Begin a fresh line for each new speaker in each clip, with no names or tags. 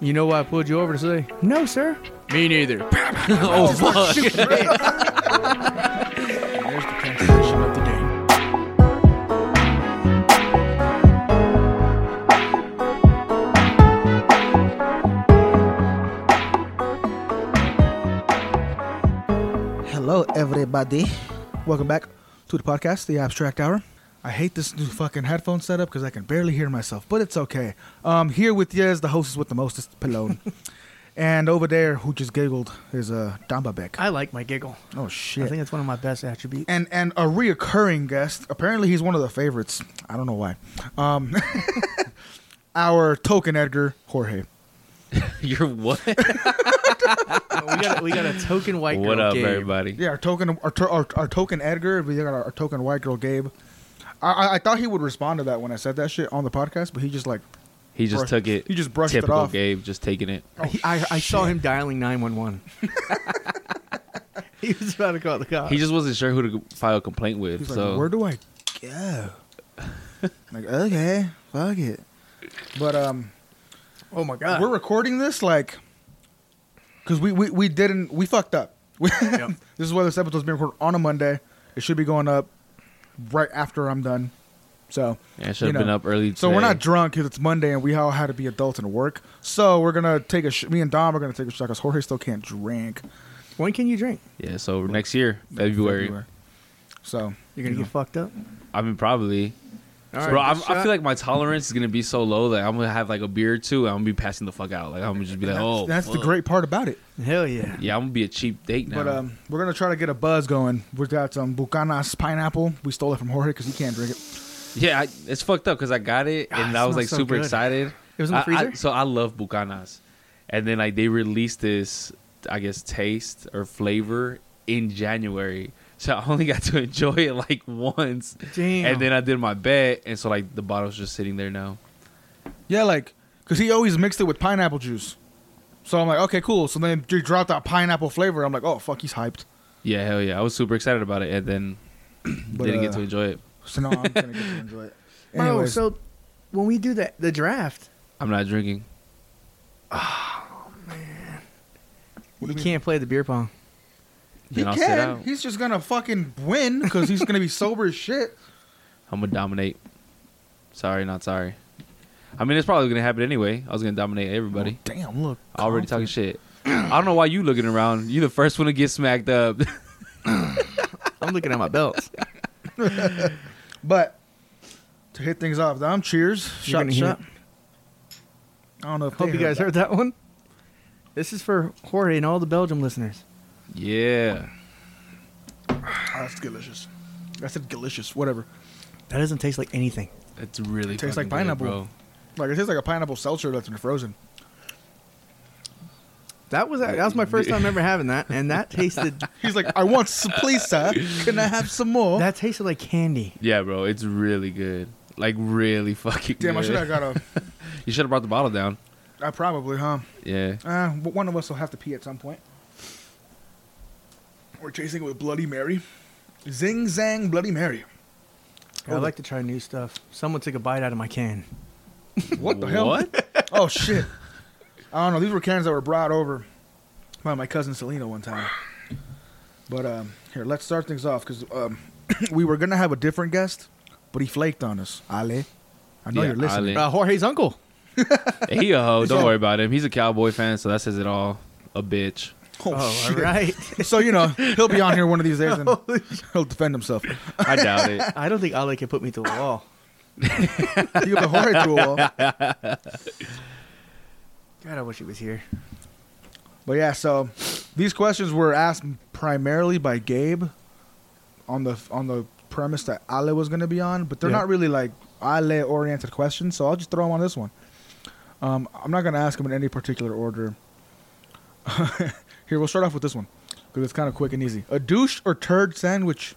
You know why I pulled you over to say? No, sir. Me neither.
Oh, fuck.
There's the conversation of the day.
Hello, everybody. Welcome back to the podcast, The Abstract Hour. I hate this new fucking headphone setup because I can barely hear myself, but it's okay. Um, here with you is the hostess with the mostest, Pallone. and over there, who just giggled, is uh, Damba Beck.
I like my giggle.
oh, shit.
I think it's one of my best attributes.
and and a reoccurring guest. Apparently, he's one of the favorites. I don't know why. Um, our token Edgar Jorge.
You're what?
we, got a, we got a token white girl.
what up,
Gabe.
everybody?
Yeah, our token our, to- our, our token Edgar. We got our, our token white girl Gabe. I, I I thought he would respond to that when I said that shit on the podcast, but he just like
He just
Brush-
took it.
he just brushed it
typical
off.
Gabe, just taking it.
He- I, I saw him dialing 911. he was about to call the cops.
He just wasn't sure who to file a complaint with.
Uh, he's
so
like, where do I go? like okay, fuck it. But um,
oh my god.
we're recording this like because we, we we didn't we fucked up We-
Yep.
this is why this episode's being recorded on a monday it should be going up right after i'm done so
Yeah, I should
you
have been
know.
up early.
so we're
today.
not drunk because it's monday and we all had to be adults and work so we're gonna take a sh- me and dom are gonna take a shot because jorge still can't drink
when can you drink?
Yeah, so next year, February.
so
You're gonna
you
get fucked up.
I mean, probably.
All
Bro,
right,
I'm,
good
I
shot.
feel like my tolerance is gonna be so low that I'm gonna have like a beer or two, and I'm gonna be passing the fuck out. Like I'm gonna just be like,
know,
oh,
that's the
fuck.
great part about it
hell yeah.
Yeah, I'm gonna be a cheap date now.
But um, we're gonna try to get a buzz going. We've got some Bucanas pineapple. We stole it from Jorge because he can't drink it.
yeah, I, it's fucked up because I got it
Ah,
and
it
I was
smells
like
so
super
good.
excited.
It was in the
I- I-
freezer?
so I love Bucanas, and then like they released this, I guess, taste or flavor in January. So I only got to enjoy it like once,
Damn.
and then I did my bet, and so like the bottle's just sitting there now.
Yeah, like, because he always mixed it with pineapple juice. So I'm like, okay, cool. So then you dropped that pineapple flavor. I'm like, oh, fuck, he's hyped.
Yeah, hell yeah, I was super excited about it, and then
But,
didn't
uh,
get to enjoy it.
So now I'm going to get to enjoy it.
Bro,
Anyways,
so when we do that, the draft,
I'm not drinking.
you, can't play the beer pong.
he
then I'll sit
can.
out.
He's just going to fucking win because he's going to be sober as shit.
I'm gonna dominate. Sorry, not sorry. I mean, it's probably gonna happen anyway. I was gonna dominate everybody.
Oh, Damn, look.
Already talking shit. I don't know why you looking around. You the first one to get smacked up.
I'm looking at my belts.
But to hit things off, Dom, cheers.
You're
Shot,
gonna hear
shot.
it.
I don't know if they
Hope you guys
that.
heard that one. This is for Jorge and all the Belgium listeners.
yeah.
Ah, that's delicious. I said delicious, whatever.
That doesn't taste like anything.
It's really
Tastes
fucking
like pineapple.
Good, bro.
Like, it tastes like a pineapple seltzer that's been frozen.
That was that was my first time ever having that, and that tasted
He's like, I want some, please, sir. Can I have some more?
that tasted like candy.
Yeah, bro. It's really good. Like really fucking
Damn,
good.
I should have got a.
You should have brought the bottle down.
I probably, huh?
Yeah.
Uh, but one of us will have to pee at some point. We're chasing it with Bloody Mary. Zing Zang Bloody Mary.
I like to try new stuff. Someone took a bite out of my can.
What the hell?
What?
Oh, shit. I don't know. These were cans that were brought over by my cousin Selena one time. But um, here, let's start things off because um, we were going to have a different guest, but he flaked on us. Ale. I know
Yeah,
you're listening.
Ale.
Uh, Jorge's uncle.
He a hoe. Don't
Yeah.
worry about him. He's a cowboy fan, so that says it all. A bitch.
Oh,
Oh, all
shit.
right.
So, you know, he'll be on here one of these days and he'll defend himself.
I doubt it.
I don't think Ale can put me to a wall.
He'll be horrid through a wall.
God, I wish he was here.
But yeah, so these questions were asked primarily by Gabe on the on the premise that Ale was going to be on, but they're
Yeah.
not really like Ale oriented questions, so I'll just throw them on this one. Um, I'm not going to ask them in any particular order. Here, we'll start off with this one because it's kind of quick and easy. A douche or turd sandwich?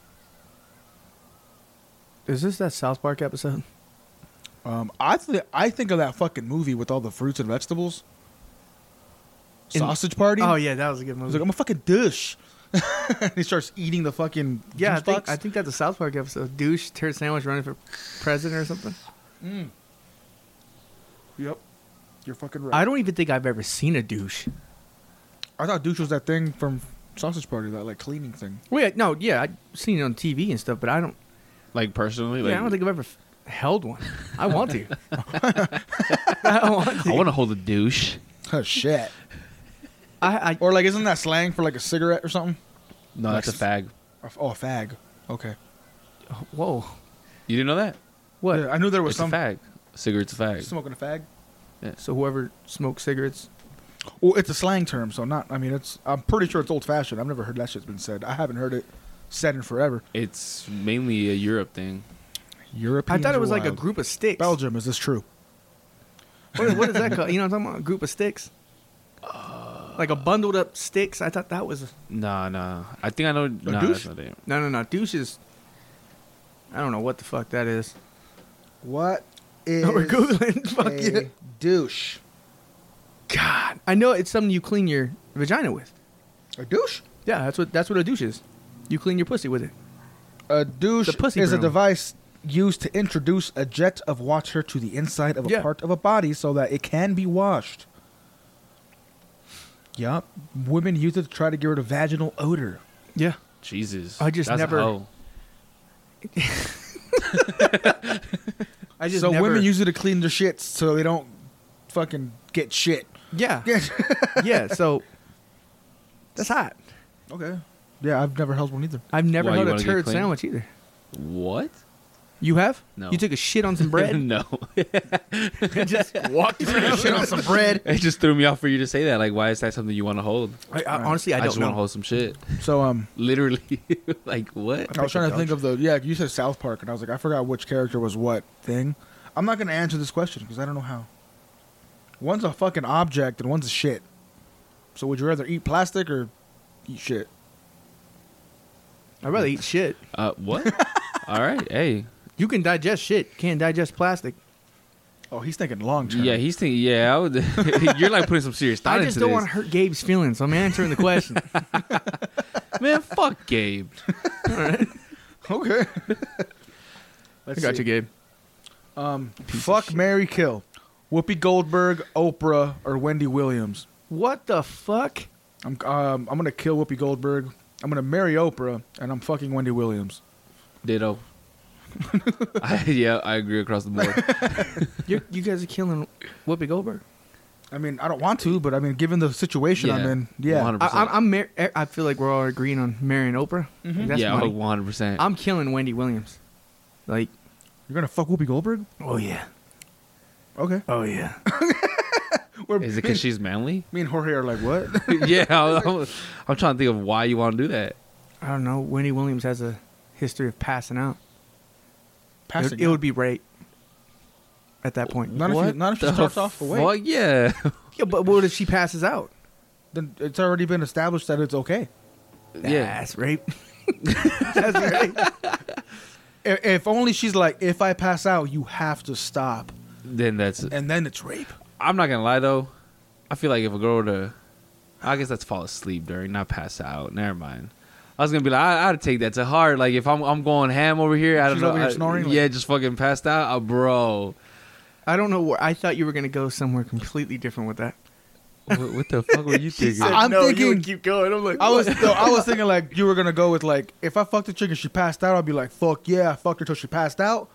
Is this that South Park episode?
Um, I th- I think of that fucking movie with all the fruits and vegetables.
In-
Sausage party.
Oh yeah, that was a good
He's
movie.
like, I'm a fucking douche. and he starts eating the fucking
yeah, I
juice
think,
box.
I think that's a South Park episode. Douche mm. turd sandwich running for president or something.
Yep. You're fucking right.
I don't even think I've ever seen a douche.
I thought douche was that thing from Sausage Party, that like cleaning thing.
Wait, no, yeah, I've seen it on TV and stuff, but I don't.
Like personally, like
yeah, I don't think I've ever f- held one. I want to. I want to.
I want to hold a douche.
Oh shit.
I, I,
Or like, isn't that slang for like a cigarette or something?
No, that's a fag.
A f- Oh, a fag. Okay.
whoa,
You didn't know that?
what?
Yeah, I knew there was
It's a
some
fag. Cigarettes a fag.
smoking a fag.
So whoever smokes cigarettes,
Well, it's a slang term, so not. I mean, it's. I'm pretty sure it's old fashioned. I've never heard that shit's been said. I haven't heard it said in forever.
It's mainly a Europe thing.
European.
I thought it was like a group of sticks.
Belgium. Is this true?
What, what is that called? You know what I'm talking about? A group of sticks. like a bundled up sticks. I thought that was
Nah, nah. I think I know. Nah,
douche?
that's not it.
no, no, no. Douches. I don't know what the fuck that is.
What is
We're googling. Fuck you.
douche?
God, I know it's something you clean your vagina with.
A douche?
Yeah, that's what that's what a douche is. You clean your pussy with it.
A douche
The pussy
is a
broom.
device used to introduce a jet of water to the inside of a
Yeah.
part of a body so that it can be washed. Yup. Women use it to try to get rid of vaginal odor.
Yeah.
Jesus.
I just
That's
never-
How.
I just
so
never-
women use it to clean their shits so they don't fucking get shit.
yeah
okay.
yeah. So that's hot.
Yeah, I've never held one either.
I've never
Why, you
had a
wanna get
turd
clean?
sandwich either.
What?
You have?
No.
You took a shit on some bread.
no.
and just walked around.
shit on some bread.
It just threw me off for you to say that. Like, why is that something you want to hold?
I, I, honestly, I,
I,
don't
just
know.
want to hold some shit.
So um,
Literally. like, what?
I was
Pick
trying
a
to think of the yeah. You said South Park, and I was like, I forgot which character was what thing. I'm not gonna answer this question because I don't know how. One's a fucking object and one's a shit. So would you rather eat plastic or eat shit?
I'd rather eat shit.
Uh, what? All right. Hey.
You can digest shit. Can't digest plastic.
Oh, he's thinking long term.
Yeah, he's thinking. Yeah, I would, you're like putting some serious thought
I just
into
don't
this.
want to hurt Gabe's feelings. so I'm answering the question.
Man, fuck Gabe.
okay. Let's see.
Gabe.
Um, fuck Mary Kill, Whoopi Goldberg, Oprah, or Wendy Williams.
What the fuck?
I'm um, I'm gonna kill Whoopi Goldberg. I'm gonna marry Oprah, and I'm fucking Wendy Williams.
Ditto. I, yeah, I agree across the board.
you you guys are killing Whoopi Goldberg.
I mean, I don't want to, but I mean, given the situation I'm
Yeah.
in, yeah.
100%.
I, I'm, I'm mar- er, I feel like we're all agreeing on marrying Oprah. Like, that's
yeah,
money.
one hundred percent.
I'm killing Wendy Williams. Like,
You're gonna fuck Whoopi Goldberg?
oh yeah,
Okay.
oh yeah.
We're,
Uh, Is it
me,
because she's manly?
me and Jorge are like, what?
yeah, I'm, I'm- I'm trying to think of why you want to do that.
I don't know. Wendy Williams has a history of passing out.
Passing.
it, it would be rape at that point.
Not if, you,
What
not if she
the
starts off away.
Fuck yeah.
yeah, but what if she passes out?
Then it's already been established that it's okay.
yeah.
that's rape. that's rape.
If, if only she's like, if I pass out, you have to stop,
Then that's.
and then it's rape.
I'm not gonna lie though. I feel like if a girl were to, I guess that's fall asleep during, not pass out. Never mind. I was gonna be like, I, I'd take that to heart. Like if I'm, I'm going ham over here. I don't
She's
know.
over here
I-
snoring, like-
yeah, just fucking passed out, oh, bro.
I don't know where. I thought you were gonna go somewhere completely different with that.
What, what the fuck were you thinking?
said- I'm
you
thinking-
would keep going. I'm like,
I was,
what?
no, I was thinking like you were gonna go with like, if I fucked the chick and she passed out, I'd be like, fuck yeah, I fucked her till she passed out.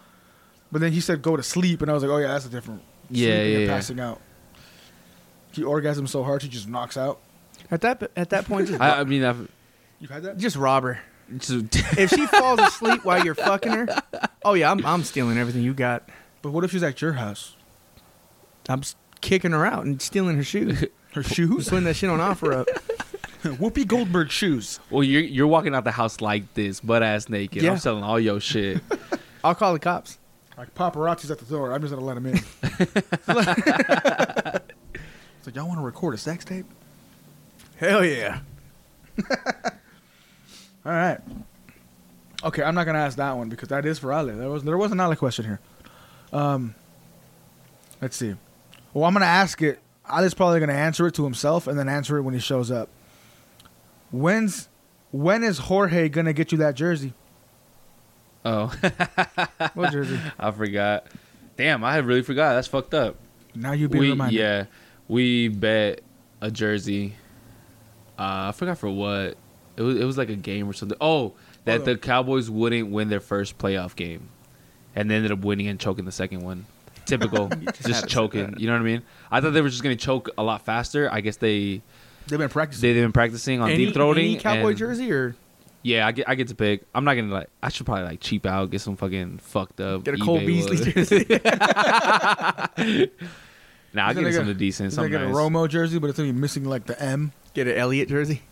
But then he said go to sleep, and I was like, oh yeah, that's a different.
Yeah,
sleeping and
yeah, yeah.
Passing out. She orgasms so hard she just knocks out.
at that at that point. Just,
I, I mean, I've,
You've had that?
just rob her.
just,
If she falls asleep while you're fucking her, oh yeah, I'm I'm stealing everything you got.
But what if she's at your house?
I'm s- kicking her out and stealing her shoes.
Her shoes?
Putting that shit on offer up.
Whoopi Goldberg shoes.
Well, you're you're walking out the house like this, butt ass naked.
Yeah.
I'm selling all your shit.
I'll call the cops.
Like paparazzi's at the door. I'm just gonna let him in. it's like y'all want to record a sex tape?
Hell yeah.
All right. Okay, I'm not gonna ask that one because that is for Ale. There was there was an Ale question here. Um, let's see. Well, I'm gonna ask it. Ale's probably gonna answer it to himself and then answer it when he shows up. When's when is Jorge gonna get you that jersey?
oh,
What jersey?
I forgot. Damn, I really forgot. That's fucked up.
Now you've been
we
reminded.
yeah we bet a jersey. Uh, I forgot for what it was. It was like a game or something. Oh, that
Hold
the
on.
Cowboys wouldn't win their first playoff game, and they ended up winning and choking the second one. Typical, just,
had to say
choking. You know what I mean? I thought they were just gonna choke a lot faster. I guess they
They've been practicing.
they've been practicing on
Any,
deep throating.
any cowboy
and-
jersey or
Yeah, I get I get to pick. I'm not gonna like. I should probably like cheap out, get some fucking fucked up.
get a Cole
eBay
Beasley
wallet.
jersey?
Nah, I
He's
get
gonna get-
something decent.
they
Something
got a
nice.
Romo jersey, but it's gonna be missing like the M.
get an Elliott jersey?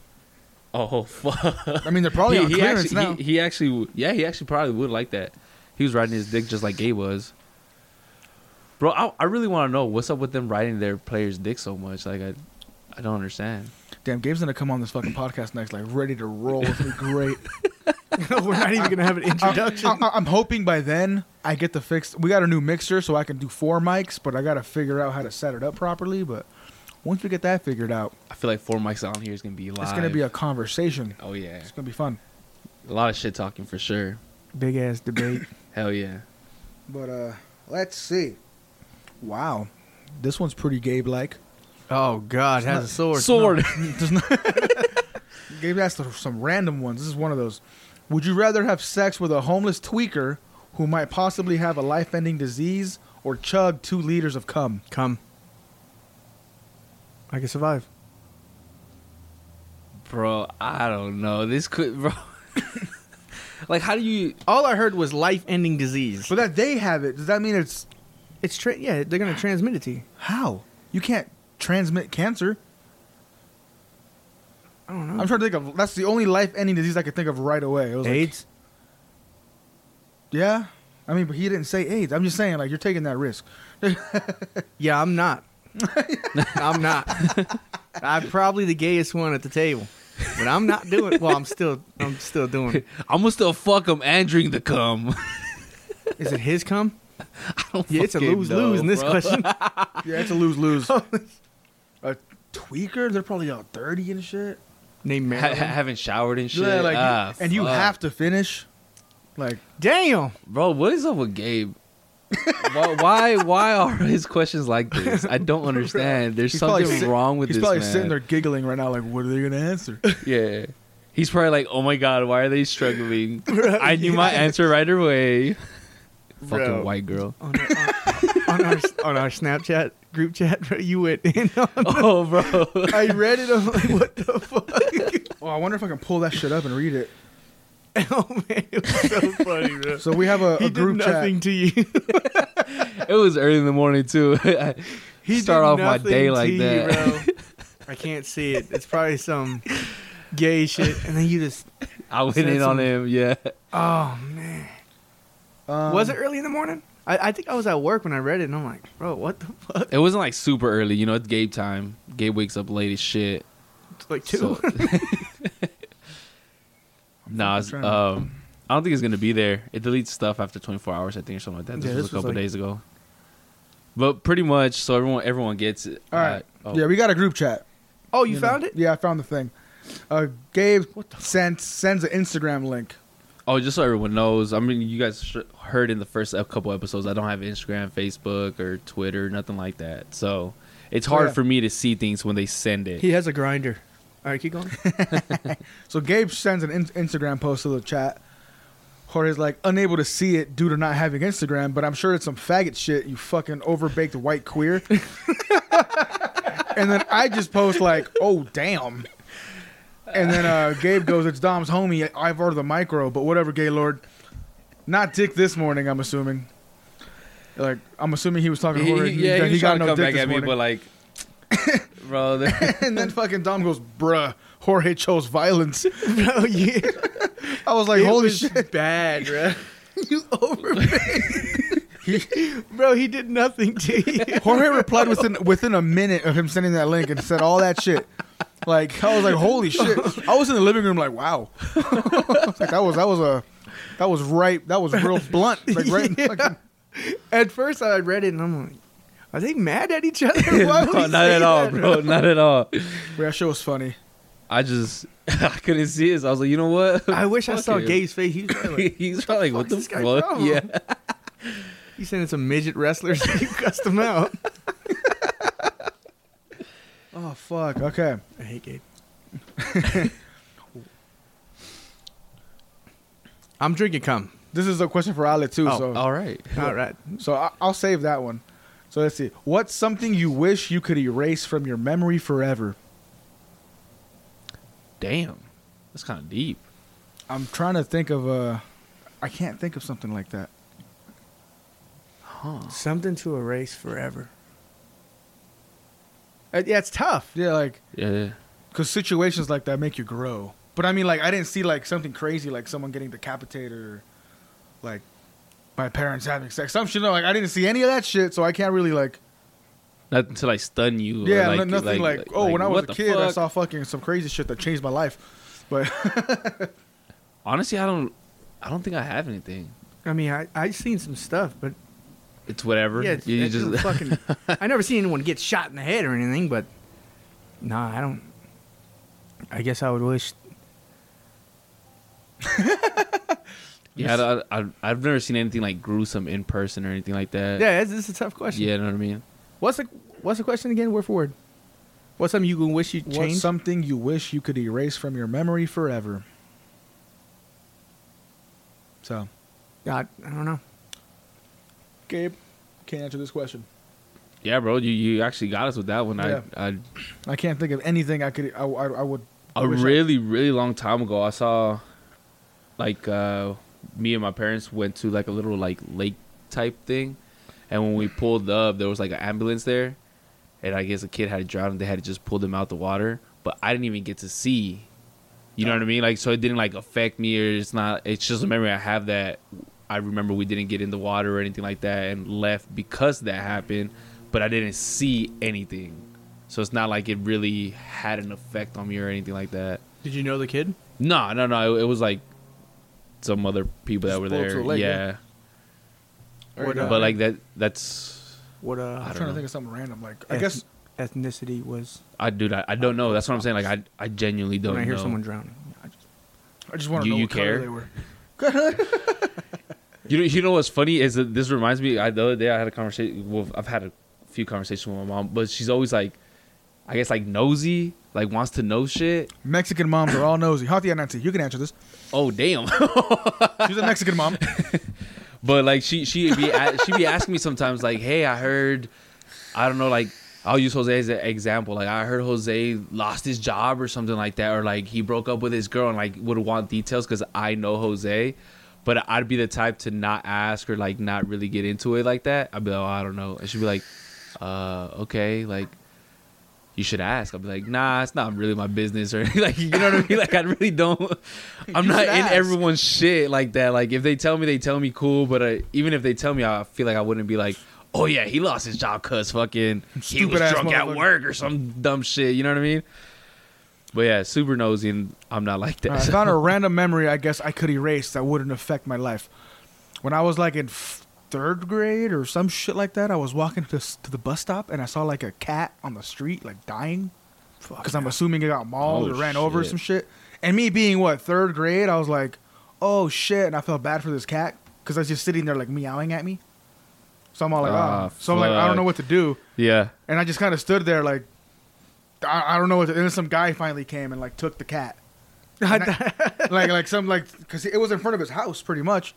Oh fuck.
I mean, they're
Oh,
probably on clearance
actually,
now.
He, he actually, w- yeah, he actually probably would like that. He was riding his dick just like Gay was. Bro, I, I really want to know what's up with them riding their players' dick so much. Like, I, I don't understand.
Damn, Gabe's gonna come on this fucking podcast next, like ready to roll. It's gonna be great.
We're not even gonna have an introduction.
I, am hoping by then I get the fix. We got a new mixer, so I can do four mics, but I gotta figure out how to set it up properly. But once we get that figured out,
I feel like four mics on here is gonna be live.
it's gonna be a conversation.
oh yeah,
It's gonna be fun.
a lot of shit talking for sure.
Big ass debate.
Hell yeah.
But uh, let's see. Wow, this one's pretty Gabe-like.
Oh God, has a sword.
Sword.
Does not. Gabe asked some random ones. This is one of those. Would you rather have sex with a homeless tweaker who might possibly have a life-ending disease, or chug two liters of cum?
Come. I can survive.
bro. I don't know. This could, bro. like, how do you?
All I heard was life-ending disease.
So that they have it, does that mean it's
It's tra- yeah, they're gonna transmit it to you.
how? You can't transmit cancer.
I don't know.
I'm trying to think of. That's the only life-ending disease I could think of right away. It was like-
AIDS.
yeah. I mean, but he didn't say AIDS. I'm just saying, like, you're taking that risk.
yeah, I'm not. I'm not. I'm probably the gayest one at the table, but I'm not doing. Well, I'm still. I'm still doing. It.
I'm gonna still fuck him and drink the cum.
Is it his cum? Yeah, it's a
fucking
lose
know,
lose in this
bro.
question.
yeah, it's a lose-lose. a tweaker? They're probably all dirty and shit.
Named
Ha- ha-
Marilyn.
haven't showered and shit.
Yeah, like, you-
Ah,
and you
fuck.
have to finish. Like,
Damn.
Bro, what is up with Gabe? why, why why are his questions like this? I don't understand. There's
He's probably
something
sit-
wrong with
he's
this
probably
man.
sitting there giggling right now, like, what are they gonna answer?
Yeah. He's probably like, "Oh my god, why are they struggling?" I knew my answer right away. Fucking
Bro.
white girl.
On our, on, on our on our Snapchat group chat, bro, you went in. On,
Oh, bro.
I read it. I'm like, what the fuck?
oh, I wonder if I can pull that shit up and read it.
oh man, it was so funny, bro.
So we have a,
he
a group
did
chat.
nothing to you.
it was early in the morning too.
He
Start
did
off my
nothing
day
to
like
you,
that.
bro. I can't see it. It's probably some gay shit. And then you just,
I went
Said
in on
some-
him. Yeah.
oh man.
Um,
was it early in the morning? I, I think I was at work when I read it, and I'm like, bro, what the fuck?
It wasn't like super early, you know. It's Gabe time. Gabe wakes up late as shit.
It's like two.
So- nah, it's,
trying to-
um, I don't think it's gonna be there. It deletes stuff after 24 hours, I think, or something like that. This
Yeah,
was
this
a
was
couple
like-
days ago. But pretty much, so everyone everyone gets it.
All right.
Uh, oh.
Yeah, we got a group chat.
oh, you
know.
found it?
Yeah, I found the thing. Uh, Gabe sends sends an Instagram link.
Oh, just so everyone knows, I mean, you guys sh- heard in the first ep- couple episodes, I don't have Instagram, Facebook, or Twitter, nothing like that. So it's
Oh,
hard
yeah.
for me to see things when they send it.
He has a grinder. All right, keep going.
So Gabe sends an in- Instagram post to the chat. Jorge's like unable to see it due to not having Instagram, but I'm sure it's some faggot shit. You fucking overbaked white queer. and then I just post like, "Oh damn." And then uh, Gabe goes, "It's Dom's homie. I've ordered the micro, but whatever, Gaylord. Not dick this morning. I'm assuming. Like, I'm assuming he was talking to
He-
Jorge.
he- yeah, he, was trying to come back
this
at me,
morning.
but like, bro, they're-
and then fucking Dom goes, "Bruh, Jorge chose violence."
bro, yeah.
I was like,
It
"Holy
was
shit."
bad, bro. you overpaid. bro, he did nothing to you.
Jorge replied within within a minute of him sending that link and said all that shit. Like I was like, holy shit! I was in the living room like, wow. I was like, that was that was a that was right. That was real blunt. Like right.
Yeah.
fucking-
At first, I read it, and I'm like, are they mad at each other? Why would
no,
he
not
say
at all,
that,
bro, not at all.
Bro, that shit was funny.
I just I couldn't see it. So I was like, you know what?
I wish I
Fuck
saw
it.
Gabe's face. He was probably like,
He's probably like, what
fuck's
the
this guy
fuck?
from?
Yeah.
you sending some midget wrestlers to cuss them out.
Oh fuck. Okay.
I hate Gabe. I'm drinking cum.
This is a question for Ale too.
Oh,
so
All right.
All right.
so I- I'll save that one. So let's see. What's something you wish you could erase from your memory forever?
Damn. That's kind of deep.
I'm trying to think of a. I can't think of something like that.
Huh.
Something to erase forever. Uh, yeah, it's tough.
Yeah, like
Yeah.
because situations like that make you grow. But I mean, like I didn't see like something crazy like someone getting decapitated or like my parents having sex. Some shit. no, Like I didn't see any of that shit, so I can't really like.
Nothing to like stun you. or,
Yeah,
like,
no- nothing like, oh, when I was
what
a
the
kid, I
fuck?
saw fucking some crazy shit that changed my life. But
Honestly, I don't. I don't think I have anything.
I mean, I I seen some stuff, but
It's whatever.
yeah, it's,
you, you
it's
just
fucking. I never seen anyone get shot in the head or anything, but nah, I don't. I guess I would wish.
yeah. I, I, I've never seen anything like gruesome in person or anything like that.
Yeah, this is a tough question.
Yeah, you know what I mean.
What's the What's the question again? Word for word. What's something you wish you
what's
changed?
something you wish you could erase from your memory forever? So,
God, I don't know.
Gabe, can't answer this question.
Yeah, bro. You you actually got us with that one.
Yeah.
I I
I can't think of anything I could. I, I, I would. I
a
wish I-
really really long time ago i saw like uh me and my parents went to like a little like lake type thing and when we pulled up there was like an ambulance there and i guess a kid had drowned and they had to just pull them out the water but i didn't even get to see you know what i mean like so it didn't like affect me or it's not it's just a memory i have that i remember we didn't get in the water or anything like that and left because that happened but i didn't see anything so it's not like it really had an effect on me or anything like that.
Did you know the kid?
No, no, no. It, it was like some other people
Just
that were
pulled to
there.
the lake,
yeah.
Or
Alright,
the-
But like that, that's
What uh,
I
uh, I'm
don't
trying
know.
to think of something random. Like I guess
ethnicity was
I dude, I, I don't know. That's what I'm saying. Like I, I genuinely don't
when I hear
know.
someone drowning. I just-
I just want to
You-
know
you
what color
care?
they were.
You know, you know what's funny is that this reminds me. I, the other day I had a conversation. Well, I've had a few conversations with my mom, but she's always like, I guess like nosy, like wants to know shit.
Mexican moms are all nosy. Hatia Nancy, you can answer this.
Oh damn.
She's a Mexican mom.
But like she she be a- she be asking me sometimes like, hey, I heard, I don't know, like I'll use Jose as an example. Like I heard Jose lost his job or something like that, or like he broke up with his girl and like would want details because I know Jose. But I'd be the type to not ask or like not really get into it like that. I'd be like, oh, I don't know. And she'd be like, uh, okay, like you should ask. I'd be like, nah, it's not really my business or like you know what I mean? Like I really don't I'm
You
not
should
in
ask.
everyone's shit like that. Like if they tell me they tell me cool, but uh, even if they tell me I feel like I wouldn't be like, "Oh yeah, he lost his job cuz fucking he was
Stupid-ass
drunk
motherfucker.
at work or some dumb shit." You know what I mean? But yeah, super nosy and I'm not like that.
I
so-
found a random memory I guess I could erase that wouldn't affect my life. When I was like in f- third grade or some shit like that, I was walking to, s- to the bus stop and I saw like a cat on the street, like dying. Because I'm assuming it got mauled
Oh,
or ran over or
shit.
some shit. And me being what, third grade, I was like, oh shit. And I felt bad for this cat because I was just sitting there like meowing at me. So I'm all like,
Ah,
oh. So I'm like, I don't know
fuck.
what to do.
yeah.
And I just kind of stood there like, I, I don't know what. To, and then some guy finally came and like took the cat, And I- like like some like because it was in front of his house pretty much.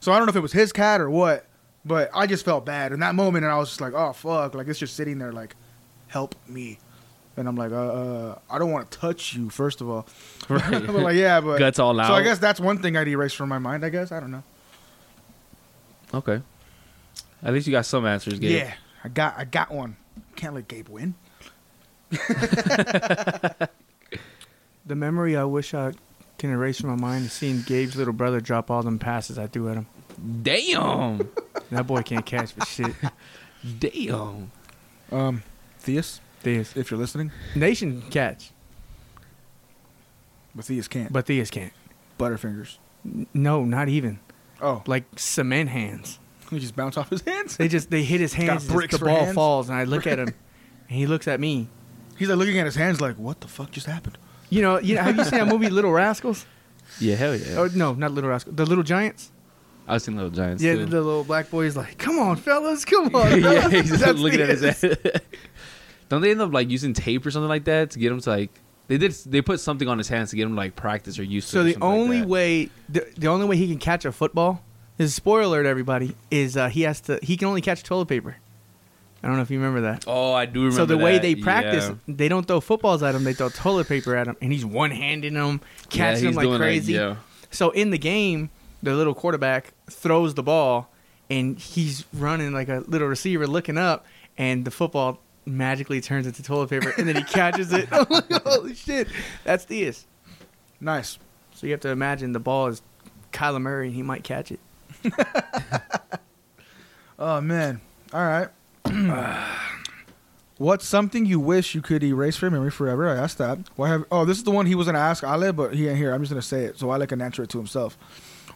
So I don't know if it was his cat or what, but I just felt bad in that moment, and I was just like, oh fuck, like it's just sitting there like, help me. And I'm like, uh, uh I don't want to touch you, first of all.
Right.
but like, yeah, but
Guts all
So I
out.
guess that's one thing I'd erase from my mind. I guess I don't know.
Okay. At least you got some answers, Gabe.
Yeah, I got I got one. Can't let Gabe win.
The memory I wish I can erase from my mind is seeing Gabe's little brother drop all them passes I threw at him.
Damn.
That boy can't catch for shit.
Damn.
Um, Theus,
Theus.
if you're listening.
Nation can catch,
But these can't.
but
But
Theus can't.
Butterfingers.
N- No, not even.
Oh,
Like cement hands.
he just bounce off his hands.
They just they hit his hands. just
bricks
the
for
ball
hands?
falls, and I look at him, and he looks at me.
He's like looking at his hands, like, what the fuck just happened?
You know, you know. Have you seen that movie Little Rascals?
Yeah, hell yeah.
Oh no, not Little Rascals. The Little Giants.
I've seen Little Giants.
Yeah,
too.
the, the little black boy is like, "Come on, fellas, come on."
yeah,
fellas."
he's
That's
looking at his
Theus.
ass. Don't they end up like using tape or something like that to get him to like? They did. They put something on his hands to get him to like practice or use.
So
it or
the
something like
only
that.
way the, the only way he can catch a football is spoiler alert everybody is uh, he has to he can only catch toilet paper. I don't know if you remember that.
Oh, I do remember.
so the way
that,
they practice,
yeah.
they don't throw footballs at him; they throw toilet paper at him, and he's one handing them, catching
he's
them like
doing,
crazy.
yeah.
So in the game, the little quarterback throws the ball, and he's running like a little receiver, looking up, and the football magically turns into toilet paper, and then he catches it. I'm like, holy shit, that's this.
Nice.
So you have to imagine the ball is Kyler Murray, and he might catch it.
Oh man. All right. What's something you wish you could erase from your memory forever? I asked that. Why have? Oh, this is the one he was gonna ask Ale, but he ain't here. I'm just gonna say it so Ale can answer it to himself.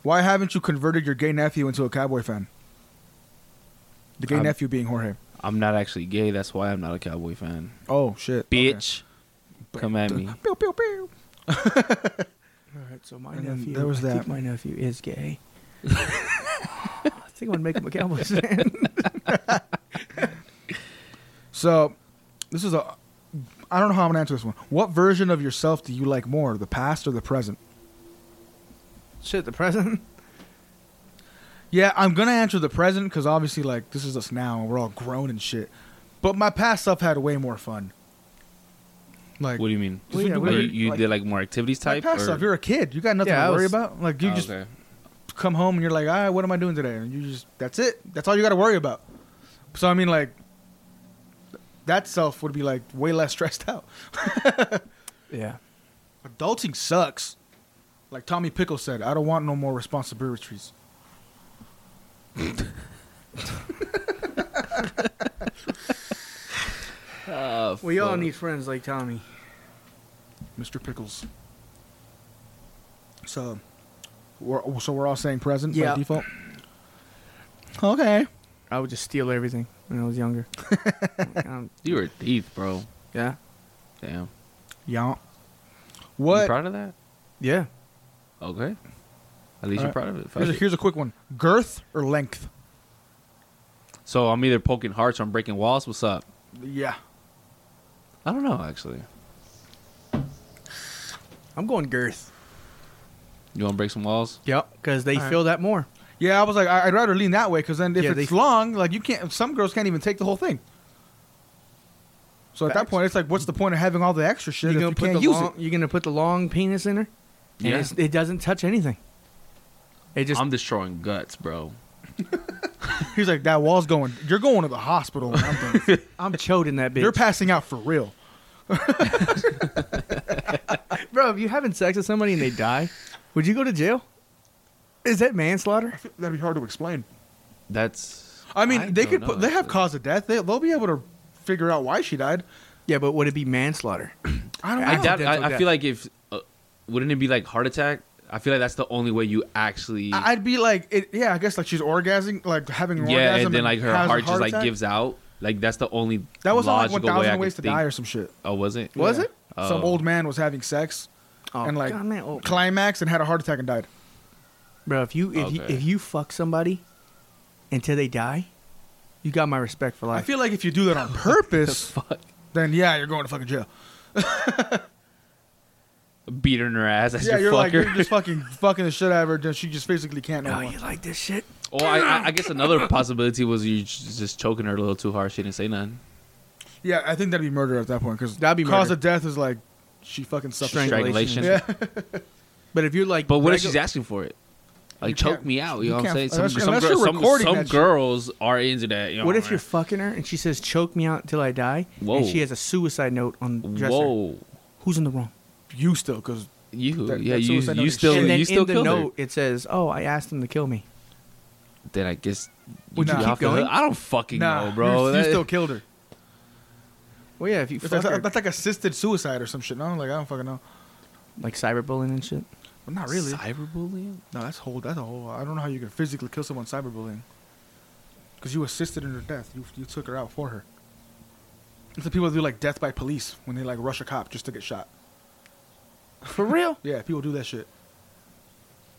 Why haven't you converted your gay nephew into a cowboy fan? The gay
I'm-
nephew being Jorge.
I'm not actually gay. That's why I'm not a cowboy fan.
Oh shit, Okay.
Bitch, come at me.
Pew, pew, pew.
All right, so my
And then nephew- there was I think that.
my nephew is gay. I think I'm gonna make him a Cowboys fan.
So, this is a. I don't know how I'm gonna answer this one. What version of yourself do you like more, the past or the present?
Shit, the present.
Yeah, I'm gonna answer the present because obviously, like, this is us now and we're all grown and shit. But my past stuff had way more fun. Like,
What do you mean?
Well, yeah,
Like,
we were-
you you
like-
did like more activities
my
type.
past
or-
stuff. You're a kid. You got nothing
Yeah, I
to worry
was-
about. Like, you
Oh,
just
okay.
come home and you're like, all right, what am I doing today? And you just, that's it. That's all you got to worry about. So, I mean, like, that self would be like way less stressed out.
Yeah.
Adulting sucks. Like Tommy Pickle said, I don't want no more responsibilities.
Oh,
Ah, We all
fuck.
need friends like Tommy.
Mr. Pickles. So, we're so we're all saying present
Yeah.
by default. Okay.
I would just steal everything when I was younger. Um,
You were a thief, bro.
yeah.
Damn.
Yeah.
You
What?
proud of that?
Yeah.
Okay. At least
Alright.
you're proud of it. Fuck
Here's a,
it.
here's a quick one: girth or length.
So I'm either poking hearts or I'm breaking walls. What's up?
Yeah.
I don't know actually.
I'm going girth.
You want to break some walls?
Yep. Because they
All right.
feel that more.
Yeah, I was like, I- I'd rather lean that way because then if
Yeah,
it's
they-
long, like you can't. Some girls can't even take the whole thing. So at that
Facts.
point, it's like, what's the point of having all the extra
You're
shit if
gonna
you
put
can't
the
use
long,
it?
You're gonna put the long penis in her. And
Yeah.
it's, it doesn't touch anything. It just
I'm destroying guts, bro.
He's like, that wall's going. You're going to the hospital. When I'm done.
I'm choding that bitch.
You're passing out for real.
Bro, if you're having sex with somebody and they die, would you go to jail? Is that manslaughter?
That'd be hard to explain.
That's.
I mean, they
don't
could.
know,
Put, they have
actually.
cause of death. They, they'll be able to figure out why she died.
Yeah, but would it be manslaughter?
I don't know.
I doubt.
Dental
I, I
death.
feel like if uh, wouldn't it be like heart attack? I feel like that's the only way you actually.
I- I'd be like, it, yeah, I guess like she's orgasming, like having an
yeah,
orgasm
and then like her
has a
heart, just like
attack.
gives out. Like that's the only.
That was on like
logical
one thousand
way
ways to die or some shit.
Oh, was it?
Was
Yeah.
it?
Some
Oh.
old man was having sex
Oh,
and like
God, man, oh.
climax and had a heart attack and died.
Bro, if you if you
Okay.
if you fuck somebody until they die, you got my respect for
I
life.
feel like if you do that on purpose,
Fuck.
then yeah, you're going to fucking jail.
Beat her in her ass. That's
yeah,
your
you're like
fucker.
you're just fucking fucking the shit out of her. then She just physically can't. No
oh,
more.
you like this shit?
Or Oh, I, I, I guess another possibility was you j- just choking her a little too hard. She didn't say nothing.
Yeah, I think that'd be murder at that point because
That'd be
cause
murder.
of death is like she fucking suffocated.
Strangulation.
Yeah,
But if you're like,
But what if
regu-
she's asking for it?
You
Like choke
can't-
me out. You,
you
know what I'm saying?
can't-
Some,
unless-
some,
unless
girl-
you're
some-
recording
some
that shit.
girls are into that. you know
What if
man.
you're fucking her and she says, "Choke me out till I die,"
Whoa.
and she has a suicide note on the dresser?
Whoa,
Who's in the wrong?
you still because
you
That-
yeah
that
you
suicide note
you
is
still
shit.
and then
you still
in the
killed her.
note it says, "Oh, I asked him to kill me."
Then I guess
Would
you
you
get
keep
off the hook.
going?
I don't fucking
nah,
know, bro.
you, you
That-
still killed her.
Well, yeah, if you
That's,
fuck her,
that's, that's like assisted suicide or some shit. No, like I don't fucking know.
like cyberbullying and shit.
But not really.
cyberbullying.
no, that's whole. That's a whole. I don't know how you can physically kill someone cyberbullying. Because you assisted in her death. You you took her out for her. It's the people that do like death by police when they like rush a cop just to get shot.
For real?
Yeah, people do that shit.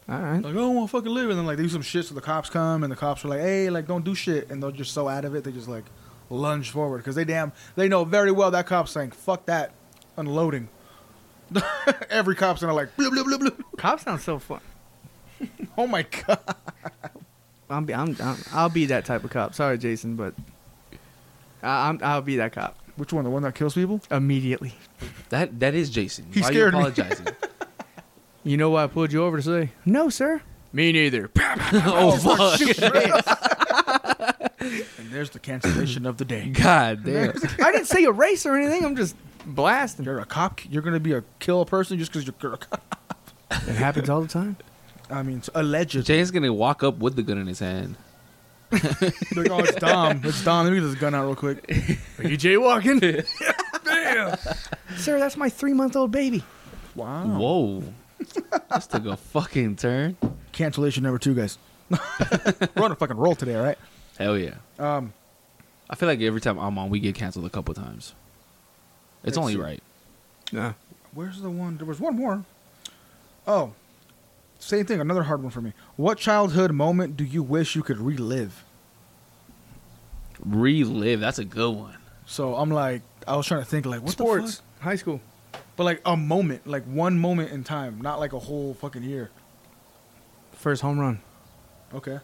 All right.
Like, I don't want to fucking live. And then, like, they do some shit so the cops come and the cops are like, hey, like, don't do shit. And they're just so out of it, they just, like, lunge forward because they damn they know very well that cop's saying fuck that unloading. Every cop's gonna like blue blue blue blue.
Cop sounds so fun.
Oh my god!
I'm, be- I'm, I'm I'll be that type of cop. Sorry, Jason, but I, I'm I'll be that cop
Which one? The one that kills people?
immediately.
That that is Jason.
He
Why
scared me.
are you apologizing?
You know why I pulled you over to say no, sir? Me neither.
oh fuck!
And there's the cancellation of the day.
God damn.
I didn't say a race or anything. I'm just blasting.
You're a cop. You're gonna be a kill a person just because you're a cop.
It happens all the time.
I mean, it's alleged.
Jane's gonna walk up with the gun in his hand.
Like, oh, it's Dom. It's Dom. Let me get this gun out real quick.
Are you jaywalking? sir, that's my three month old baby.
Wow.
Whoa. This took a fucking turn.
Cancellation number two, guys. We're on a fucking roll today, all right?
Hell yeah.
Um,
I feel like every time I'm on, we get canceled a couple times. It's
Let's
only
see.
right.
No.
where's the one? There was one more. Oh, same thing. Another hard one for me. What childhood moment do you wish you could relive?
Relive. That's a good one.
So I'm like, I was trying to think, like, what
Sports,
the
high school.
fuck? But like a moment, like one moment in time, not like a whole fucking year.
First home run.
Okay.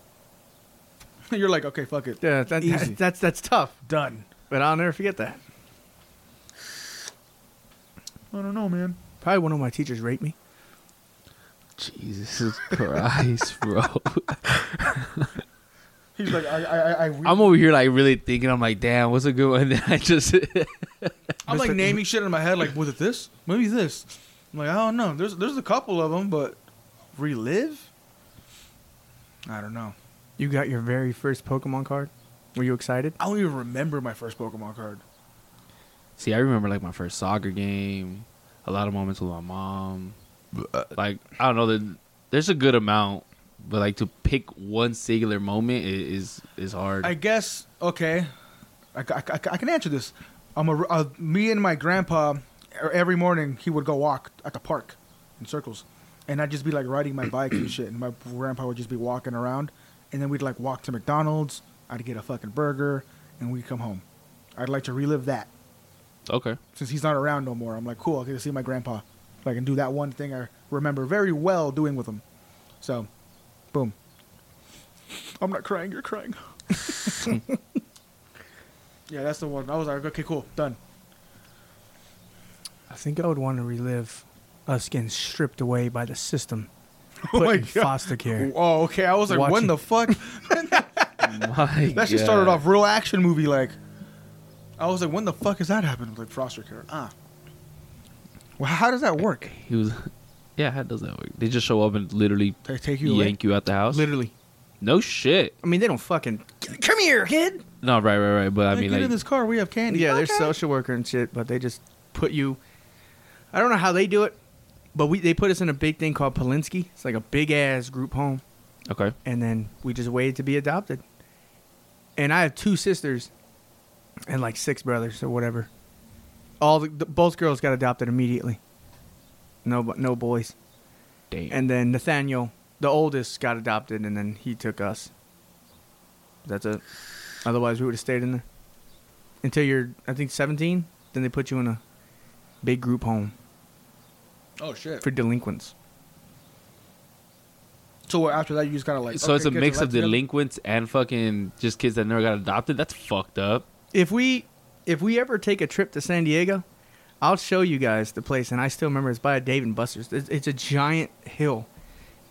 You're like, okay, fuck it,
Yeah, that,
Easy.
that- that's that's tough,
done.
but I'll never forget that.
I don't know, man.
Probably one of my teachers raped me.
Jesus Christ, bro.
He's like, I, I, I, I
I'm over here like really thinking. I'm like, damn, what's a good one? I just
I'm like
Mr.
naming shit in my head, like, was it this? Maybe this. I'm like, I don't know. There's there's a couple of them, but relive? I don't know.
You got your very first Pokemon card. Were you excited?
I don't even remember my first Pokemon card.
see. I remember like my first soccer game. A lot of moments with my mom. Like I don't know. the- There's a good amount, but like to pick one singular moment i- is is hard.
I guess okay. I, ca- I, ca- I can answer this. I'm a, uh, me and my grandpa. e- Every morning he would go walk at the park in circles, and I'd just be like riding my bike and shit, and my grandpa would just be walking around, and then we'd like walk to McDonald's. I'd get a fucking burger, and we'd come home. I'd like to relive that
okay.
since he's not around no more. I'm like, cool, I get to see my grandpa. If I can do that one thing I remember very well doing with him. So, boom. I'm not crying, you're crying. yeah, that's the one. I was like, okay, cool, done.
I think I would want to relive us getting stripped away by the system,
Oh
put
my
in
God.
foster care.
Oh, okay. I was like, what
Watching-
the fuck?
My
That shit
God.
started off real action movie like. I was like, when the fuck has that happened? Like foster care. Ah. Well, how does that work?
He was. Yeah, how does that work? They just show up and literally
They take you away.
yank you out the house.
Literally.
No shit.
I mean, they don't fucking come here, kid.
No, right, right, right. But I
Hey,
mean,
get
like,
in this car. We have candy.
Yeah,
Okay.
they're social worker and shit, but they just put you. I don't know how they do it, but we they put us in a big thing called Polinsky. It's like a big ass group home,
okay,
and then we just waited to be adopted. And I have two sisters, and like six brothers or whatever. All the, the both girls got adopted immediately. No, bu- no boys.
damn.
And then Nathaniel, the oldest, got adopted, and then he took us. That's it. Otherwise, we would have stayed in there until you're, I think, 17. Then they put you in a big group home
Oh shit.
for delinquents.
So what, after that, you just gotta like.
so it's a
okay, get
mix
your
of
life together.
delinquents and fucking just kids that never got adopted. That's fucked up.
If we, if we ever take a trip to San Diego, I'll show you guys the place. And I still remember it's by a Dave and Buster's. It's, it's a giant hill,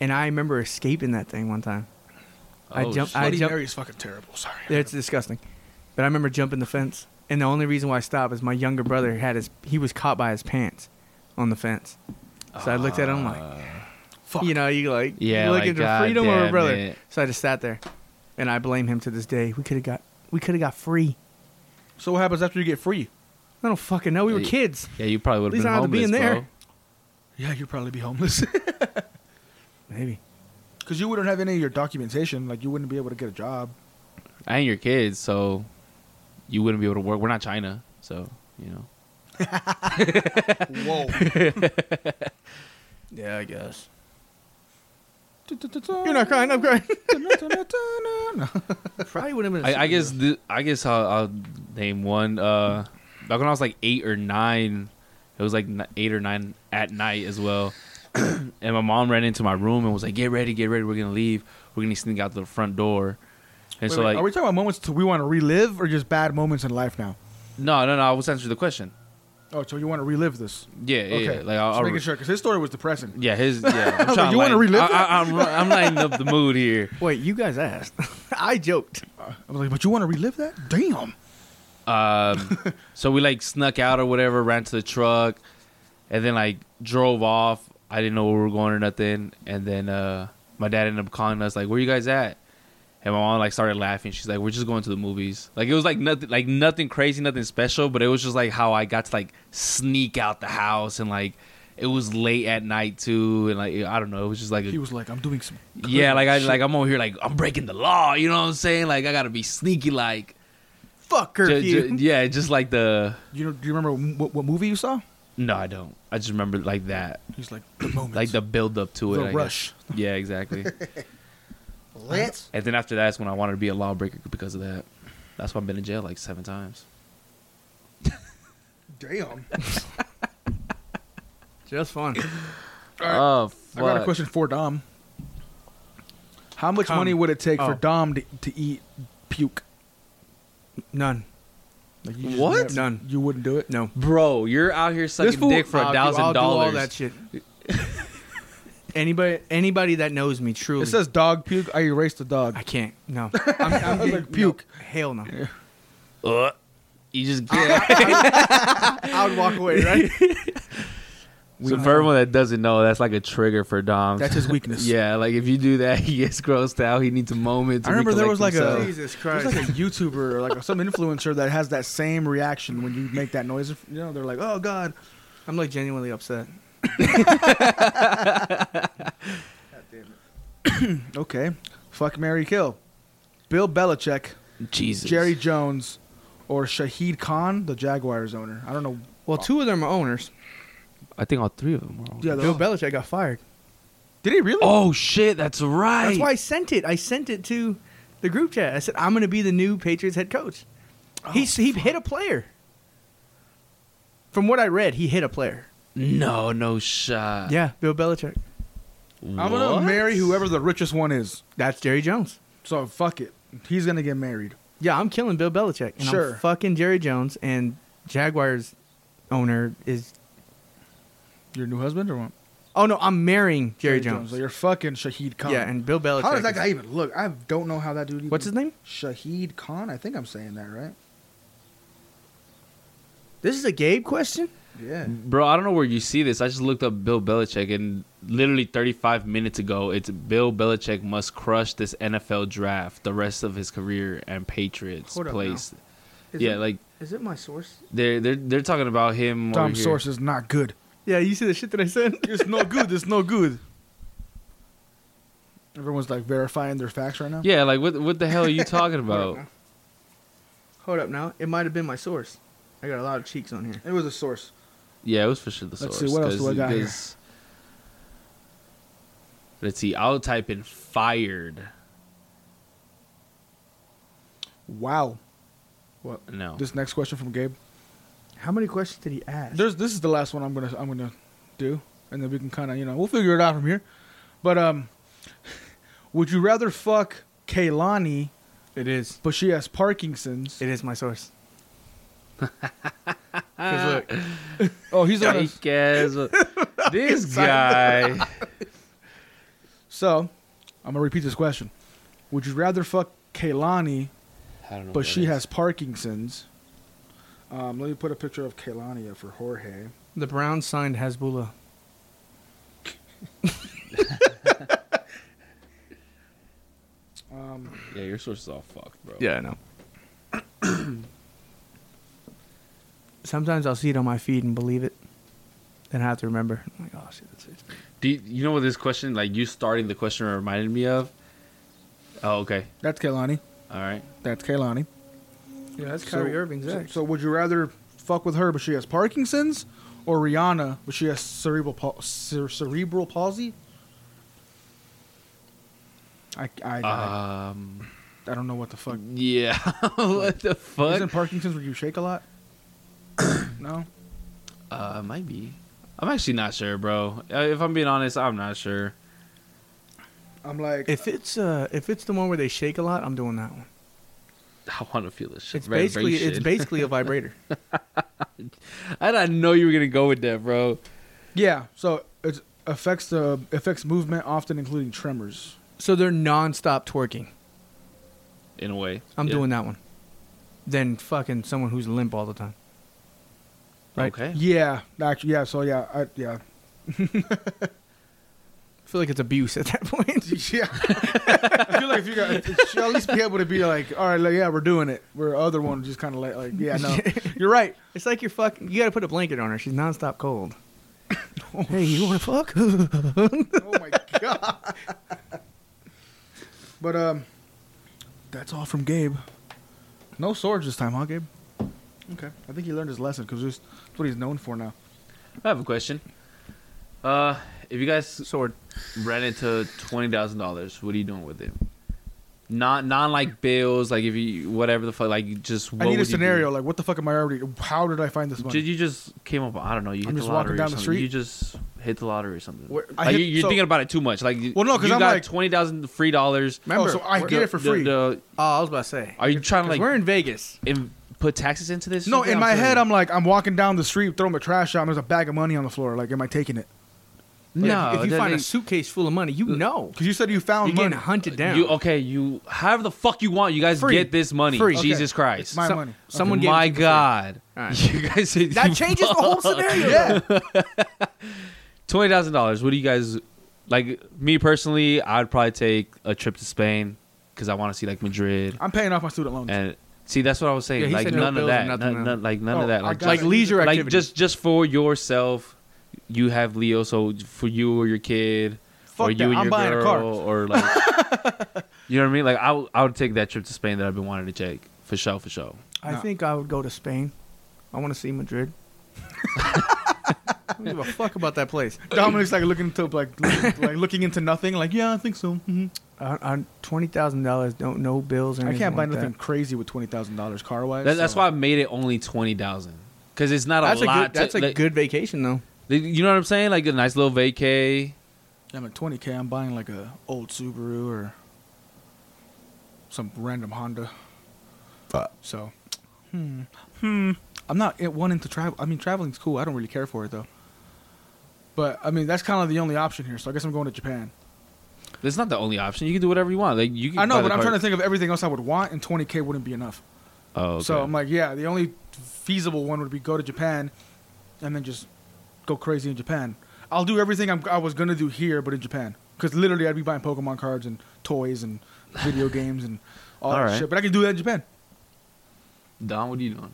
and I remember escaping that thing one time. I
Oh,
jumped.
shit.
I
Bloody
jumped.
Mary is fucking terrible. Sorry.
It's disgusting. But I remember jumping the fence, and the only reason why I stopped is my younger brother had his he was caught by his pants on the fence. So I looked at him like,
Fuck.
you know, you like
Ah. Yeah,
you
like,
looking
God
for freedom or a
damn
brother.
it.
So I just sat there, and I blame him to this day. We could have got we could have got free.
So what happens after you get free?
I don't fucking know. We were
Yeah,
kids.
yeah, you probably would
At least
have been
I had to be
homeless,
in there.
bro.
Yeah, you'd probably be homeless
Maybe
because you wouldn't have any of your documentation. Like you wouldn't be able to get a job.
I ain't your kids, so you wouldn't be able to work. We're not China, so you know.
Whoa.
Yeah, I guess. You're not crying. I'm crying.
No.
Probably would have been. a
I, I guess
superhero.
th- I guess I'll, I'll name one. Uh, back when I was like eight or nine, it was like n- eight or nine at night as well. and my mom ran into my room and was like, "Get ready, get ready. We're gonna leave. We're gonna sneak out the front door." And
Wait,
so
wait,
like,
are we talking about moments to we want to relive or just bad moments in life now?
no, no, no. I was answering the question.
Oh, so you want to relive this?
Yeah, yeah. yeah. Like, I'll,
just
I'll
making sure because his story was depressing.
yeah, his. Yeah, I'm
Like,
trying
you
want
wanna
to
relive
I,
that?
I, I'm, I'm lighting up the mood here.
Wait, you guys asked. I joked.
I was like, but you want to relive that? Damn.
Um, so we like snuck out or whatever, ran to the truck, and then like drove off. I didn't know where we were going or nothing. And then uh, my dad ended up calling us like, "Where you guys at?" And my mom like started laughing. She's like, "We're just going to the movies." Like it was like nothing, like nothing crazy, nothing special, but it was just like how I got to like sneak out the house and like it was late at night too, and like I don't know, it was just like a
He was like, I'm doing some. good
yeah, like I
shit.
like I'm over here like I'm breaking the law. You know what I'm saying? Like I gotta be sneaky, like
Fuck
ju-
curfew.
ju- yeah, just like the
You know? Do you remember m- what, what movie you saw?
No, I don't. I just remember like that,
He's like the moment,
like the build up to it.
The
I guess.
rush.
Yeah, exactly.
Let's.
and then after that's when I wanted to be a lawbreaker because of that. That's why I've been in jail like seven times.
Damn.
Just fun.
All right.
Oh
I
fuck!
got a question for Dom. How much
Come.
money would it take
Oh.
for Dom to, to eat puke?
None.
Like you just
What?
never-
None.
You wouldn't do it?
No.
bro. You're out here sucking
fool-
dick for
I'll
a
do- I'll
thousand
do all that
dollars.
shit. anybody, anybody that knows me truly,
It says dog puke. I erased the dog.
I can't. No, I'm, I'm
was
getting-
like, puke.
no. hell no.
Uh, You just get
I would walk away, right?
so for everyone that doesn't know, that's like a trigger for Dom.
That's his weakness.
yeah, like if you do that, he gets grossed out. He needs a moment. To
I remember there was, like,
recollect
a-
himself.
Jesus
There's
Christ.
like a YouTuber or like some influencer that has that same reaction when you make that noise. You know, they're like, "Oh God!"
I'm like genuinely upset.
Okay, fuck Mary Kill, Bill Belichick,
Jesus.
Jerry Jones, or Shahid Khan, the Jaguars owner. I don't know.
Well, two of them are owners.
I think all three of them. Were all
Yeah,
Bill
those,
Belichick got fired.
did he really?
Oh shit! That's right.
That's why I sent it. I sent it to the group chat. I said I'm going to be the new Patriots head coach.
Oh,
he he hit a player. From what I read, he hit a player.
No, no shot.
Yeah, Bill Belichick.
I'm gonna
What?
marry whoever the richest one is.
That's Jerry Jones.
So fuck it. He's gonna get married.
Yeah, I'm killing Bill Belichick. And
Sure.
I'm fucking Jerry Jones and Jaguars owner is.
Your new husband or what?
Oh no, I'm marrying Jerry, Jones.
So you're fucking Shahid Khan.
yeah, and Bill Belichick.
how does that guy
is-
even look? I don't know how that dude. Even
What's his name?
Shahid Khan. I think I'm saying that right.
This is a Gabe question.
Yeah.
Mm,
Bro, I don't know where you see this. I just looked up Bill Belichick, and literally 35 minutes ago, it's Bill Belichick must crush this NFL draft the rest of his career and Patriots
Hold up
place.
Is
Yeah,
it-
like
Is it my source?
they're they're they're talking about him. over
Dom's
here.
source is not good.
Yeah, you see the shit that I sent.
It's no good. It's no good. Everyone's like verifying their facts right now.
Yeah, like what what the hell are you talking about?
Hold up now. It might have been my source. I got a lot of cheeks on here.
It was a source.
yeah, it was for sure the
Let's
source.
see, what else do
'cause-
I got here?
'cause- Let's see. I'll type in fired.
Wow.
No.
This next question from Gabe.
How many questions did he ask?
There's this is the last one I'm gonna I'm gonna do, and then we can kind of you know we'll figure it out from here. But um, would you rather fuck Kaylani,
it is.
but she has Parkinson's?
It is my source. 'Cause look,
Oh, he's on. a-
Fake ass- this guy.
So, I'm gonna repeat this question. Would you rather fuck Kaylani,
I don't know
but
what
she
that
has
Oh, is.
Parkinson's? Um, let me put a picture of Kaylani up for Jorge.
the Browns signed Hezbollah.
Um,
Yeah, your source is all fucked, bro.
I know. Sometimes I'll see it on my feed and believe it. Then I have to remember. I'm like, oh shit, that's it.
Do you, you know what this question, like you starting the question, reminded me of? Oh, okay.
That's Kaylani.
All right.
That's Kaylani.
Yeah, that's
So- So, so would you rather fuck with her, but she has Parkinson's, or Rihanna, but she has cerebral pal- cere- cerebral palsy? I, I,
Um,
I don't know what the fuck.
yeah. what the
Isn't
fuck?
Parkinson's where you shake a lot? no.
Uh, might be. I'm actually not sure, bro. Uh, If I'm being honest, I'm not sure.
I'm like,
If it's uh, if it's the one where they shake a lot, I'm doing that one.
I want to feel this shit.
It's basically it's
vibration.
basically a vibrator.
I didn't know you were gonna go with that, bro.
yeah. So it affects the affects movement often, including tremors.
So they're nonstop twerking.
In a way,
I'm
Yeah.
doing that one. Than fucking someone who's limp all the time. Right.
Okay.
Yeah. Actually, yeah. So yeah, I, yeah,
I feel like it's abuse at that point.
yeah. I feel like if you got, you should at least be able to be like, all right, like, yeah, we're doing it. Where other one just kind of like, like, yeah, no, you're right.
It's like you're fucking. You gotta put a blanket on her. She's nonstop cold. hey, you wanna fuck? That's
Oh my god. but um, that's all from Gabe. No swords this time, huh, Gabe? Okay. I think he learned his lesson because that's what he's known for now.
I have a question. Uh, if you guys sword ran into twenty thousand dollars, what are you doing with it? Not, not like bills, like if you whatever the fuck, like just. What
I need a
would you do?
scenario. Like, what the fuck am I already? How did I find this money?
Did you just came up? I don't know. You hit
I'm
the
just walking
lottery. or
down the
something.
street.
You just hit the lottery or something.
Where- I
Like,
hit-
you- you're
so-
thinking about it too much. Like, you-
Well, no, 'cause
you
I'm
got
like-
twenty thousand free dollars.
Remember, Oh, so I get it for
The-
free.
the-
Oh, I was about to say.
are you trying to
'Cause
like
we're in Vegas.
in- put taxes into this?
no,
Yeah,
in my
telling
head,
you.
I'm like, I'm walking down the street, throwing my trash out, and there's a bag of money on the floor. Like, am I taking it?
no.
Yeah, if you
that
find a
ain't-
suitcase full of money, Uh, you know
Because you said you
you're
found
getting
money.
hunted down.
You okay? You however the fuck you want. You guys
Free.
get this money.
Free.
Jesus
Okay.
Christ!
my
Some-
money. Okay.
Someone gave
my
it to you for free.
God,
Alright.
you guys did-
That changes the whole scenario.
yeah.
twenty thousand dollars. What do you guys like? Me personally, I'd probably take a trip to Spain because I want to see like Madrid
I'm paying off my student loans.
and see. That's what I was
Yeah,
saying.
he
like
said no
none of
bills
that.
and nothing,
None,
no.
none- like none
Oh,
of that.
I
Like
got
just,
Like leisure
like
activities.
just just for yourself. You have Leo, so for you or your kid,
Fuck
or
that,
you and
I'm
your
buying a
girl,
car.
or like, you know what I mean? Like I, would- I would take that trip to Spain that I've been wanting to take for sure, for sure.
I
No.
think I would go to Spain. I want to see Madrid. I don't give a fuck about that place.
Dominic's like looking into like look- like looking into nothing. Like, yeah, I think so. hmm
I, I, Twenty thousand dollars, don't no bills or
I
anything.
can't buy
like that.
nothing crazy with twenty thousand dollars car wise.
That, that's why I made it only twenty thousand because it's not a
That's a,
lot.
good. That's
to,
a
like,
good vacation though.
You know what I'm saying? Like a nice little vacay.
I'm at twenty k. I'm buying like a old Subaru or some random Honda. So, hmm, hmm. I'm not at one into travel. I mean, traveling's cool. I don't really care for it though. But I mean, that's kind of the only option here. So I guess I'm going to Japan.
That's not the only option. You can do whatever you want. Like you. Can
I know,
buy
but
the
I'm
car-
trying to think of everything else I would want, and 20k wouldn't be enough.
Oh, okay.
So I'm like, yeah, the only feasible one would be go to Japan, and then just go crazy in Japan. I'll do everything I'm, I was gonna do here, but in Japan, because literally I'd be buying Pokemon cards and toys and video games and all,
All
that
right.
shit. But I can do that in Japan.
Don, what are you doing?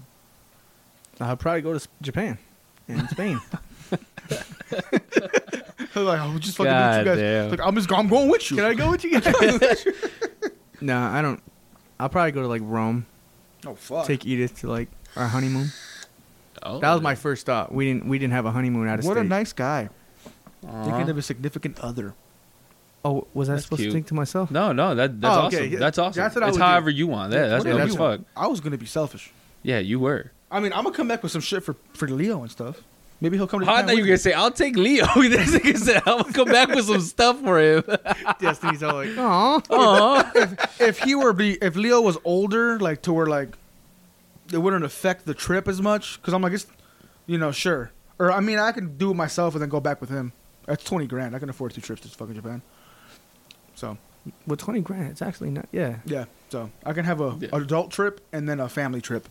I'd probably go to S- Japan and Spain.
like I would just fucking
God
do it with you guys.
damn.
Like I'm just I'm going with you.
Can I go with you guys? no, I don't. I'll probably go to like Rome.
Oh fuck.
Take Edith to like our honeymoon.
Oh,
That was my first thought. We didn't. We didn't have a honeymoon out of
what a
state. Uh-huh.
nice guy.
Aw.
Thinking of a significant other.
Oh, was I
That's
supposed
cute.
to think to myself?
No, no, that that's
Oh,
awesome.
okay.
That's awesome.
That's what I
it's
would do.
however you want. Yeah, that's
What do
that's
you
fuck.
want? I was gonna be selfish.
Yeah, you were.
I mean, I'm gonna come back with some shit for for Leo and stuff. Maybe he'll come to
I
Japan
thought you were
with
gonna say I'll take Leo. this nigga said I'm gonna come back with some stuff for him.
Destiny's all like, oh.
Aw.
if he were be if Leo was older, like to where like it wouldn't affect the trip as much. Because I'm like, it's you know, sure. Or I mean, I can do it myself and then go back with him. That's twenty grand. I can afford two trips to fucking Japan. So
Well, twenty grand. It's actually not. Yeah.
yeah, so I can have a
Yeah.
an adult trip and then a family trip.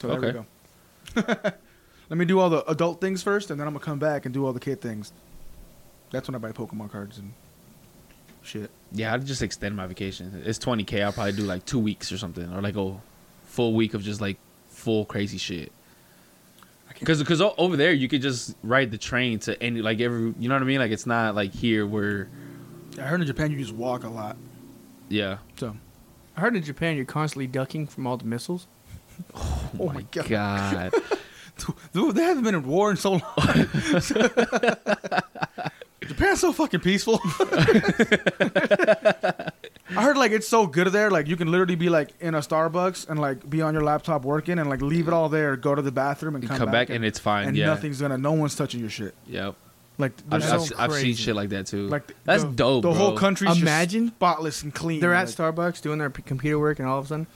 So there we
Okay.
go. Let me do all the adult things first, and then I'm gonna come back and do all the kid things. That's when I buy Pokemon cards and shit.
Yeah, I'd just extend my vacation. It's 20k. I'll probably do like two weeks or something, or like a full week of just like full crazy shit. Because because over there you could just ride the train to any like every you know what I mean. Like it's not like here where
I heard in Japan you just walk a lot.
yeah.
So
I heard in Japan you're constantly ducking from all the missiles.
Oh my God.
God.
Dude, they haven't been in war in so long. Japan's Japan's so fucking peaceful. I heard like it's so good there, like you can literally be like in a Starbucks and like be on your laptop working and like leave it all there, go to the bathroom and
You
come,
come back and it's fine.
and
yeah.
nothing's gonna no one's touching your shit.
Yep.
Like
I've,
there's
That's
I've,
no
so
I've seen
crazy.
shit like that too.
like the-
that's
the-
dope.
The whole
bro.
country's just
Imagine-
spotless and clean.
They're at
like,
Starbucks doing their p- computer work, and all of a sudden,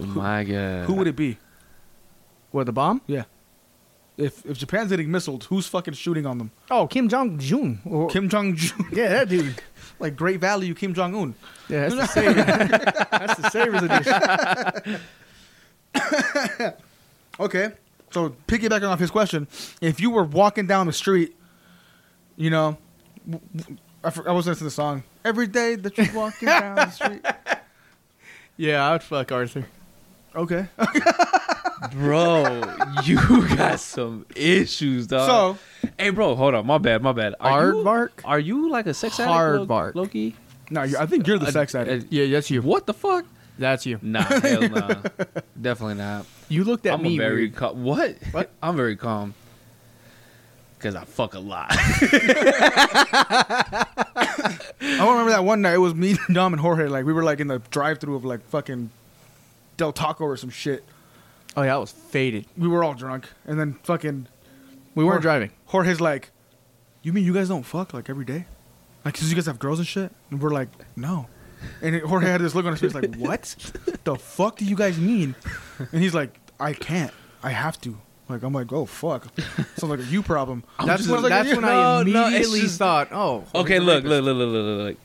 Oh My God.
Who would it be?
what the bomb?
Yeah. If if Japan's hitting missiles, who's fucking shooting on them?
Oh, Kim Jong Jun. Or-
Kim Jong Un.
Yeah, that dude.
like Great Value Kim Jong Un.
Yeah, that's the savior. that's the savior's edition.
Okay. So piggybacking off his question, if you were walking down the street, you know, w- w- I, for- I was listening to the song every day that you're walking down the street.
Yeah, I would fuck Arthur.
Okay.
bro? You got some issues, dog.
so
So, hey, bro, hold on. My bad. My bad. Are you,
Aardvark?
are you like a sex
Hard
addict, Lo-
bark.
Loki?
no, you I think you're the sex
Uh,
addict.
Yeah, that's
uh,
you.
What the fuck?
That's you.
Nah, hell nah. Definitely not.
You looked at
I'm
me.
a very
weird.
calm. What?
What?
I'm very calm. Cause I fuck a lot.
I remember that one night. It was me, Dom, and Jorge. Like we were like in the drive-through of like fucking Del Taco or some shit.
Oh yeah, I was faded.
We were all drunk, and then fucking
We weren't
Or-
driving.
Jorge's like, "You mean you guys don't fuck like every day? Like, cause you guys have girls and shit?" And we're like, "No." And it- Jorge had this look on his face like, "What? the fuck do you guys mean?" And he's like, "I can't. I have to." Like, I'm like, "Oh fuck." Sounds like a you problem.
That's
just
when,
like,
that's
"Yeah."
when
No,
I
no, it's
immediately
just-
thought, oh,
okay, look, look, look, look, look, look, look.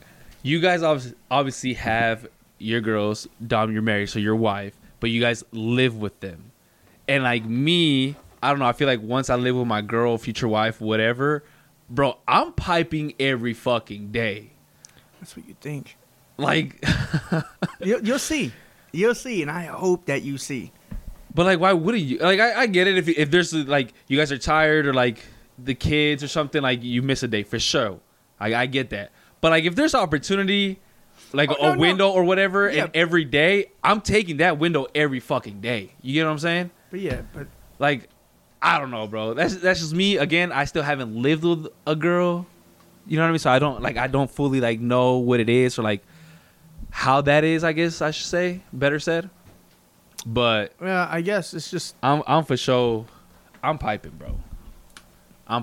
You guys obvi- obviously have your girls. Dom, you're married, so your wife, but you guys live with them. And like me, I don't know. I feel like once I live with my girl, future wife, whatever, bro, I'm piping every fucking day.
That's what you think.
Like,
You'll, you'll see. You'll see, and I hope that you see.
but like, why wouldn't you? Like, I, I get it if if there's like you guys are tired or like the kids or something, like you miss a day for sure. I, I get that. But like, if there's opportunity, like
Oh,
a
no, no.
window or whatever,
Yeah.
and every day, I'm taking that window every fucking day. You get what I'm saying?
But yeah, but
Like, I don't know, bro. That's that's just me. Again, I still haven't lived with a girl. You know what I mean? So I don't like I don't fully like know what it is or like how that is. I guess I should say better said. But
well, I guess it's just
I'm I'm for sure. I'm piping, bro. I'm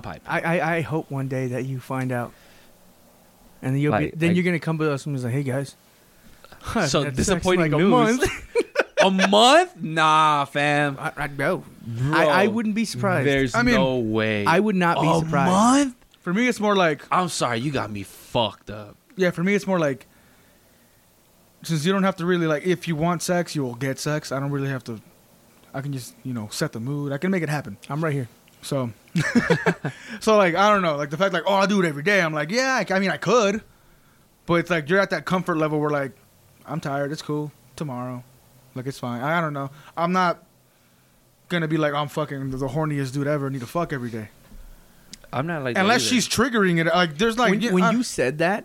piping.
I, I, I hope one day that you find out, and then you'll
Like-
be, then
like-
you're gonna come to us and be like, hey guys. I've
So
had sex in
disappointing
like a
news.
month.
a month? Nah, fam.
I, I'd go.
Bro,
I, I wouldn't be surprised.
There's
I mean,
no way.
I would not be
a
surprised.
month?
For me, it's more like,
I'm sorry, you got me fucked up.
yeah. For me, it's more like, since you don't have to really like, if you want sex, you will get sex. I don't really have to. I can just you know set the mood. I can make it happen.
I'm right here.
So, so like I don't know, like the fact like oh I do it every day. I'm like yeah, I, I mean I could, but it's like you're at that comfort level where like I'm tired. It's cool tomorrow, like it's fine. I, I don't know. I'm not gonna be like I'm fucking the horniest dude ever. Need to fuck every day
I'm not like that
unless
either.
she's triggering it. Like there's like
when,
yeah,
when
I-
you uh, said that,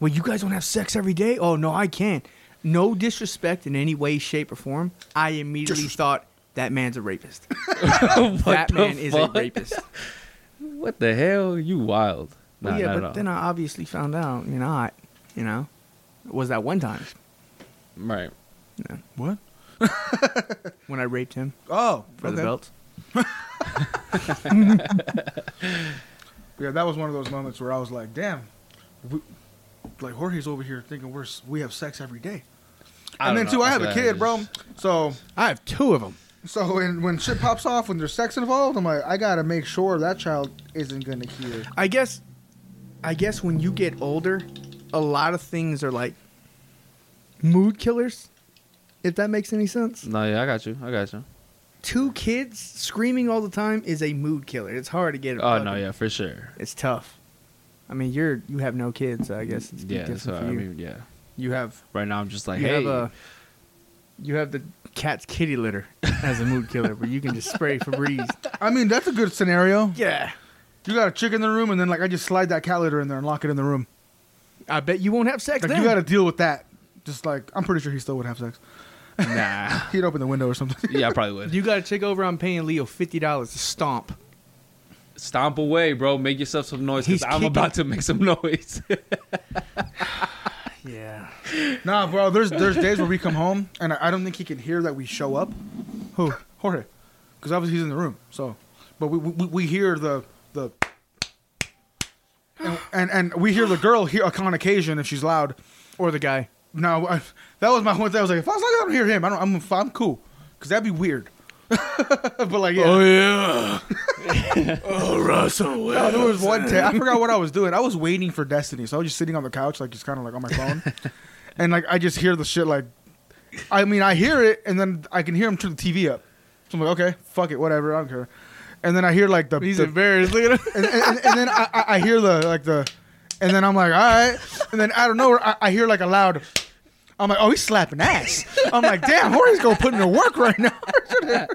well, you guys don't have sex every day. Oh no, I can't. No disrespect in any way, shape, or form. I immediately thought that man's a rapist.
What
that
the
man is a
fuck?
rapist.
What the hell? You wild?
Well,
Nah,
yeah,
not
but
at all.
then I obviously found out you're not. You know, it was that one time
right.
what?
when I raped him
Oh,
for the
okay.
belt.
Yeah, that was one of those moments where I was like, damn, we, like Jorge's over here thinking we're s- we have sex every day.
I
and
don't
then too,
know.
I have a
That's-
kid, bro. So
I have two of them.
So when when shit pops off, when there's sex involved, I'm like, I gotta make sure that child isn't gonna hear.
I guess, I guess when you get older, a lot of things are like mood killers. If that makes any sense.
No, yeah, I got you. I got you.
two kids screaming all the time is a mood killer. It's hard to get.
Oh no,
fucking-
yeah, for sure.
It's tough. I mean, you're you have no kids, so I guess it's
Yeah,
different
that's what
for
I
you.
mean, yeah.
you have
Right now, I'm just like,
you
hey,
have a you have the cat's kitty litter as a mood killer, but you can just spray Febreze.
I mean, that's a good scenario.
Yeah,
You got a chick in the room, and then like I just slide that cat litter in there and lock it in the room.
I bet you won't have sex
Like
then.
you gotta deal with that. Just like I'm pretty sure he still would have sex.
nah.
He'd open the window or something.
yeah, I probably would.
You gotta check over. I'm paying Leo fifty dollars to stomp.
stomp away, bro. Make yourself some noise
He's
because I'm
kicking-
about to make some noise.
Yeah.
Nah, bro. There's there's days where we come home and I, I don't think he can hear that we show up. Who? Jorge, because obviously he's in the room. So, but we we, we hear the the. And, and and we hear the girl here on occasion if she's loud.
Or the guy.
No, I, that was my one thing. I was like, if I was like, I don't hear him. I don't. I'm I'm cool, cause that'd be weird. but like, yeah.
Oh, yeah. oh Russell.
No, there was one time I forgot what I was doing. I was waiting for Destiny, so I was just sitting on the couch, like just kind of like on my phone, and like I just hear the shit. Like, I mean, I hear it, and then I can hear him turn the TV up. So I'm like, okay, fuck it, whatever, I don't care. And then I hear like the,
He's
the-
embarrassed. Look at him.
and, and, and- and then I, I- I hear the like the, and then I'm like, all right, and then I don't know, I, I hear like a loud. I'm like, oh, he's slapping ass. I'm like, damn, Jorge's gonna put in the work right now. That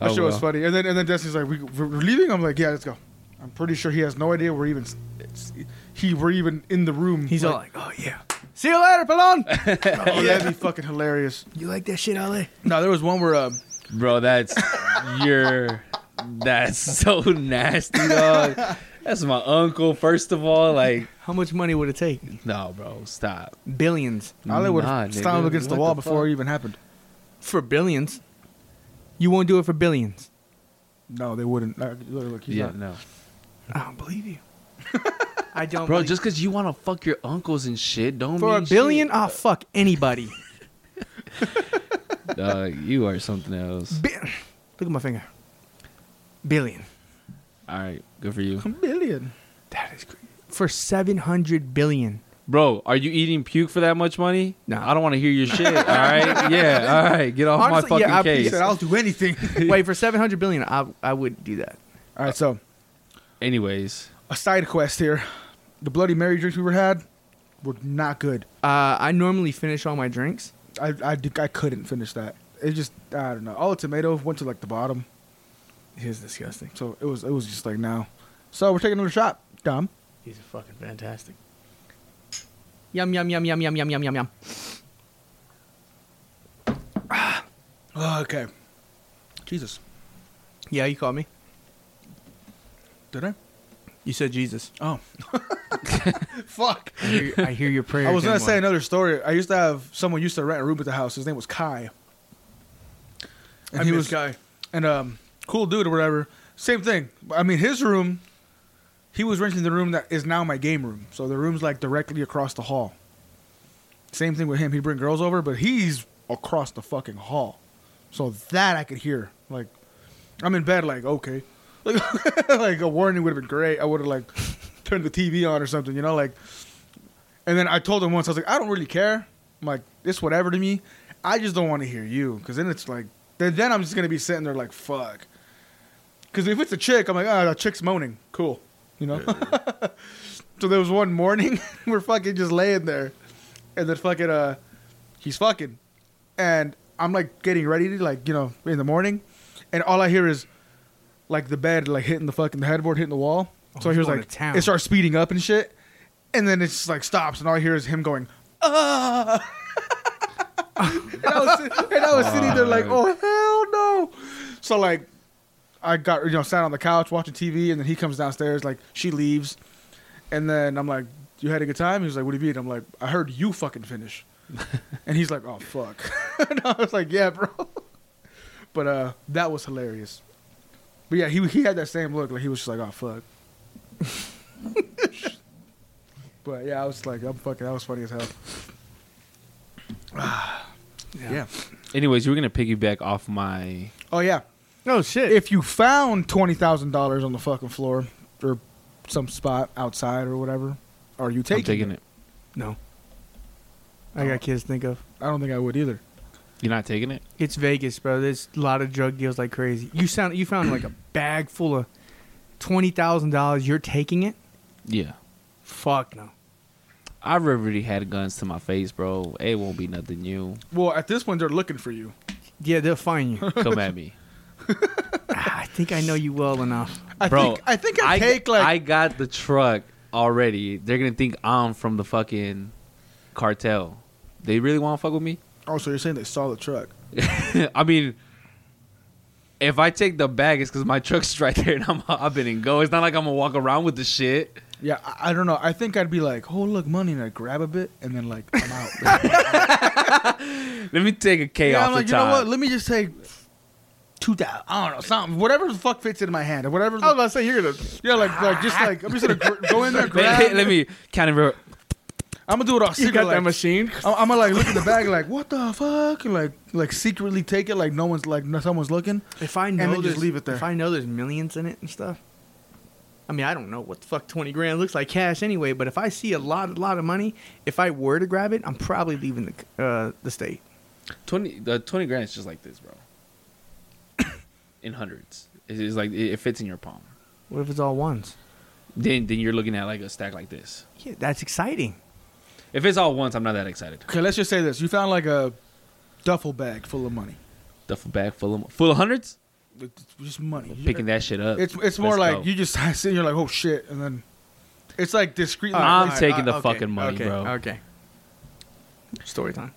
Oh,
shit was
well.
funny. And then and then Destiny's like, we, we're leaving. I'm like, yeah, let's go. I'm pretty sure he has no idea we're even it's- he we're even in the room.
He's all like, oh yeah. See you later, Pelon.
oh, that'd be fucking hilarious.
you like that shit, Ale?
No, there was one where uh,
Bro, that's your. That's so nasty, dog. That's my uncle. First of all, like,
How much money would it take?
no, bro, stop.
Billions.
Ale would
Nah,
have slammed
nigga,
him against the
what
wall
the
before it even happened.
For billions. You won't do it for billions.
No, they wouldn't. Like, look, look, he's
Yeah,
not-
no,
I don't believe you. I don't
bro.
believe-
Just because you want to fuck your uncles and shit, don't
for a
mean
billion, I'll fuck anybody.
shit. Dog, you are something else.
Bi- Look at my finger. Billion.
All right, good for you,
a billion.
That is crazy. For 700 billion.
bro. Are you eating puke for that much money?
No.
I don't want to hear your shit. All right, yeah, all right, get off
Honestly,
my fucking
yeah, I-
case.
He said, I'll do anything.
Wait, for 700 billion, I, I would do that.
all right, so
Anyways,
a side quest here. The Bloody Mary drinks we were had were not good.
Uh, I normally finish all my drinks.
I I, did- I couldn't finish that. It just I don't know. All the tomato went to like the bottom.
He's disgusting.
So it was it was just like now. So we're taking another shot. Dumb.
He's fucking fantastic. Yum, yum, yum, yum, yum, yum, yum, yum, yum.
Oh, okay. Jesus.
Yeah, you called me.
Did I?
You said Jesus.
Oh. Fuck.
I hear, I hear your prayer.
I was gonna say another story. I used to have someone used to rent a room at the house. His name was Kai. And he was
guy.
and um cool dude or whatever. Same thing. I mean his room. He was renting the room that is now my game room. So the room's like directly across the hall. Same thing with him. He'd bring girls over, but he's across the fucking hall. So that I could hear. Like I'm in bed like, okay. Like, like a warning would have been great. I would have like turned the TV on or something, you know, like and then I told him once, I was like, I don't really care. I'm like, it's whatever to me. I just don't want to hear you. Cause then it's like, then, then I'm just going to be sitting there like, fuck. Cause if it's a chick, I'm like, oh, the chick's moaning. Cool. You know? so there was one morning, we're fucking just laying there. And then fucking, uh, he's fucking. And I'm like getting ready to, like, you know, in the morning. And all I hear is like the bed, like hitting the fucking headboard, hitting the wall.
Oh,
so I
he's
hear
going
like,
to town.
it starts speeding up and shit. And then it's just like stops, and all I hear is him going, ah. and I was, sit- and I was sitting there like, oh, hell no. So, like, I got, you know, sat on the couch watching TV, and then he comes downstairs, like, she leaves. And then I'm like, you had a good time? He was like, what do you mean? I'm like, I heard you fucking finish. and he's like, oh, fuck. and I was like, yeah, bro. But uh, that was hilarious. But yeah, he, he had that same look. Like, he was just like, oh, fuck. but yeah, I was like, I'm fucking, that was funny as hell.
Yeah.
anyways, you were gonna piggyback off my.
Oh, yeah.
Oh, shit.
If you found $20,000 on the fucking floor or some spot outside or whatever, are you
I'm
taking,
taking
it?
it.
no. I got kids to think of.
I don't think I would either.
You're not taking it.
It's Vegas, bro. There's a lot of drug deals like crazy. You sound you found like a bag full of twenty thousand dollars. You're taking it?
Yeah.
Fuck no.
I've already had guns to my face, bro. It won't be nothing new.
Well, at this point, they're looking for you.
Yeah, they'll find you.
Come at me,
Ah, I think I know you well enough.
I
bro.
think I think I take like
I got the truck already. They're gonna think I'm from the fucking cartel. They really want to fuck with me.
Oh, so you're saying they saw the truck?
I mean, if I take the bag, it's because my truck's right there and I'm hopping and go. It's not like I'm gonna walk around with the shit.
Yeah, I, I don't know. I think I'd be like, oh look, money, and I grab a bit, and then like I'm out.
Let me take a K
yeah,
off
I'm
the
like, you
top.
know what? Let me just take two thousand. I don't know, something, whatever the fuck fits in my hand, or whatever.
I was
The,
about to say you're gonna.
yeah, like like just like I'm just gonna gr- go in there, grab.
Let, let me count it. real-
I'm gonna do it all
You got that
secret. Like,
machine.
I'm, I'm gonna like look at the bag, like what the fuck, and like like secretly take it, like no one's like no someone's looking.
If I
And
know
then just
there's-
leave it there.
If I know there's millions in it and stuff. I mean, I don't know what the fuck twenty grand looks like cash anyway. But if I see a lot, a lot of money, if I were to grab it, I'm probably leaving the uh, the state.
20, the 20 grand is just like this, bro. In hundreds. It is like it it fits in your palm.
What if it's all ones?
Then then you're looking at like a stack like this.
Yeah, that's exciting.
If it's all once, I'm not that excited.
Okay, let's just say this: you found like a duffel bag full of money,
Duffel bag full of full of hundreds.
It's just money.
Picking that shit up.
It's it's more
Let's
like
go.
you just sit and you're like, oh shit, and then it's like discreetly.
I'm
Alright,
taking
uh,
the
okay,
fucking money,
okay,
bro.
Okay. Story time.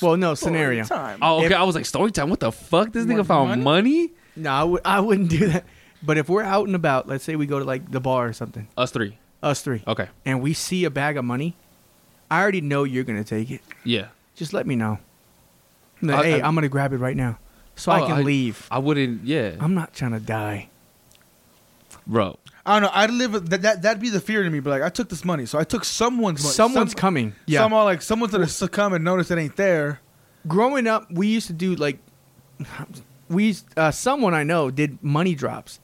Well, no scenario.
Time.
Oh, okay.
If-
I was like, story time. What the fuck? This
You
nigga
want
found money?
No, I w- I wouldn't do that. But if we're out and about, let's say we go to like the bar or something,
Us three.
us three,
Okay.
and we see a bag of money, I already know you're gonna take it.
Yeah.
Just let me know. I'm like,
I-
hey, I,
I-
am gonna grab it right now, so I
Oh,
can leave.
I wouldn't. Yeah,
I'm not trying to die.
bro.
I don't know. I'd live with- that. That that'd be the fear to me. But like, I took this money, so I took someone's money.
Someone's
Some-
coming. Yeah.
Someone like someone's gonna s- come and notice it ain't there.
Growing up, we used to do like, we used- uh, someone I know did money drops,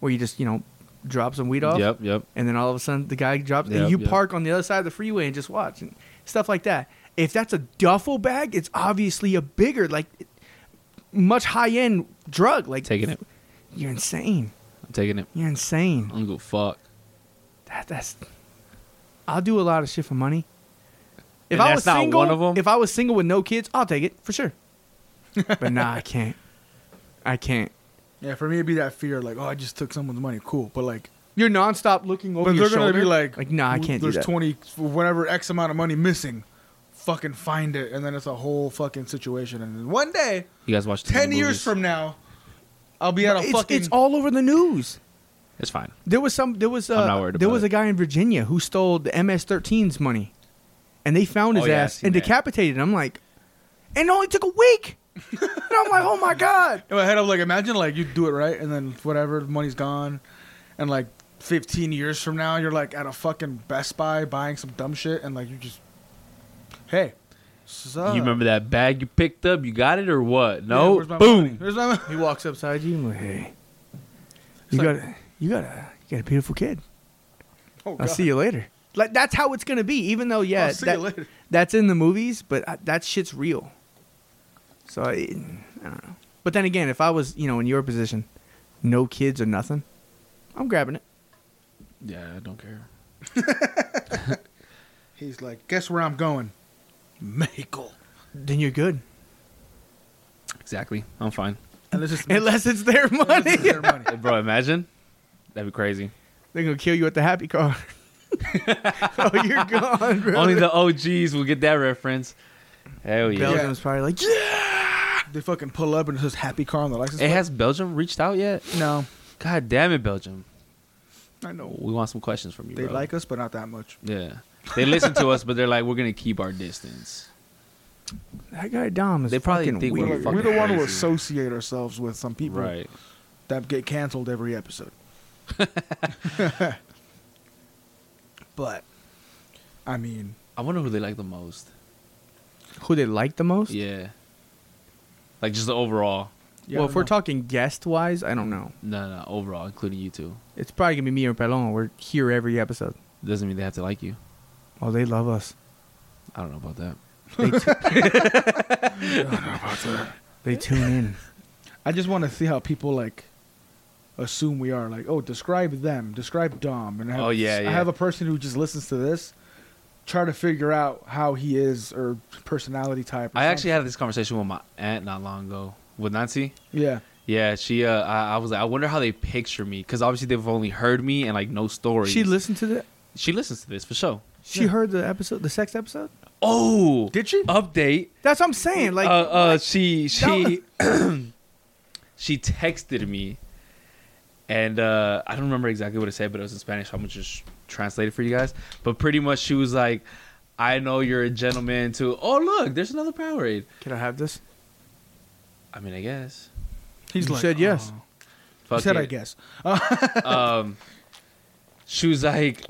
where you just you know drop some weed off.
Yep, yep.
and then all of a sudden the guy drops
Yep,
and you
yep.
park on the other side of the freeway and just watch and stuff like that if that's a duffel bag it's obviously a bigger like much high-end drug like
Taking it.
you're insane
I'm taking it.
you're insane
I'm gonna fuck.
that, that's i'll do a lot of shit for money if
And
i
that's
was
not
single
one of 'em?
if i was single with no kids i'll take it for sure but nah i can't i can't
Yeah, for me it'd be that fear, like, oh, I just took someone's money, cool. But like,
you're nonstop looking over
but
your
they're gonna
shoulder.
be like,
like nah, I
"Well,
can't do
There's
that.
twenty, whatever X amount of money missing. Fucking find it, and then it's a whole fucking situation. And then one day,
You guys watch the
ten years
movies.
from now, I'll be at a
it's,
fucking.
it's all over the news.
It's fine.
There was some. There was. Uh,
not worried
there
about
was
it.
a guy in Virginia who stole the MS-13's money, and they found his
Oh, yeah, I've
ass
seen
and
that.
decapitated. him. I'm like, and it only took a week. and I'm like, oh my god.
In my head, I'm like, imagine like you do it right, and then whatever the money's gone, and like 15 years from now, you're like at a fucking Best Buy buying some dumb shit, and like you just, hey, sup?
you remember that bag you picked up? You got it or what?
Yeah,
No.
where's my
Boom.
money? Where's my money?
He walks upside you and like, hey, you
like-
got a, you got a you got a beautiful kid.
Oh,
I'll
God.
see you later. Like that's how it's gonna be. Even though yeah,
I'll see
that-
you later.
that's in the movies, but I, that shit's real. So I, I don't know. But then again, if I was you know in your position, no kids or nothing, I'm grabbing it.
Yeah, I don't care.
He's like, guess where I'm going? Mexico.
Then you're good.
Exactly. I'm fine.
Unless it's
Unless it's their money.
their money.
Hey, bro, imagine. That'd be crazy.
They're gonna kill you at the happy car. oh, you're gone, bro.
Only the OGs will get that reference. Hell yeah.
Belgium's probably like, yeah.
They fucking pull up and it says happy car on the license
Hey,
plate.
has Belgium reached out yet?
no,
God damn it, Belgium.
I know
We want some questions from you.
they
bro.
like us, but not that much.
Yeah. They listen to us, but they're like, we're gonna keep our distance.
That guy Dom is.
They probably
fucking
think we're
weird.
We're, like,
fucking
we don't want to
crazy.
associate ourselves with some people
Right.
that get canceled every episode. but I mean,
I wonder who they like the most.
Who they like the most?
Yeah. Like just the overall.
yeah,
well, if we're
no.
talking guest wise, I don't know.
No, no, overall, including you two.
It's probably gonna be me or Pelon. We're here every episode.
Doesn't mean they have to like you.
Oh, they love us.
I don't know about that.
They, t- they tune in.
I just want to see how people like assume we are like, oh, describe them, describe Dom, and I have,
Oh, yeah,
I
yeah.
have a person who just listens to this, try to figure out how he is or personality type. Or
I actually
something.
had this conversation with my aunt not long ago with Nancy.
yeah,
Yeah, she. Uh, I, I was like, I wonder how they picture me because obviously they've only heard me and like no stories.
She listened to the.
she listens to this for sure.
She heard the episode, the sex episode.
Oh,
Did she?
update?
Uh, That's what I'm saying. Like,
uh, uh she she she texted me, and uh, I don't remember exactly what it said, but it was in Spanish. So I'm gonna just translate it for you guys. But pretty much, she was like, "I know you're a gentleman too." Oh look, there's another Powerade.
Can I have this?
I mean, I guess.
He's
You
like,
said yes.
"Oh."
Fuck
he said,
it.
I guess.
um, she was like,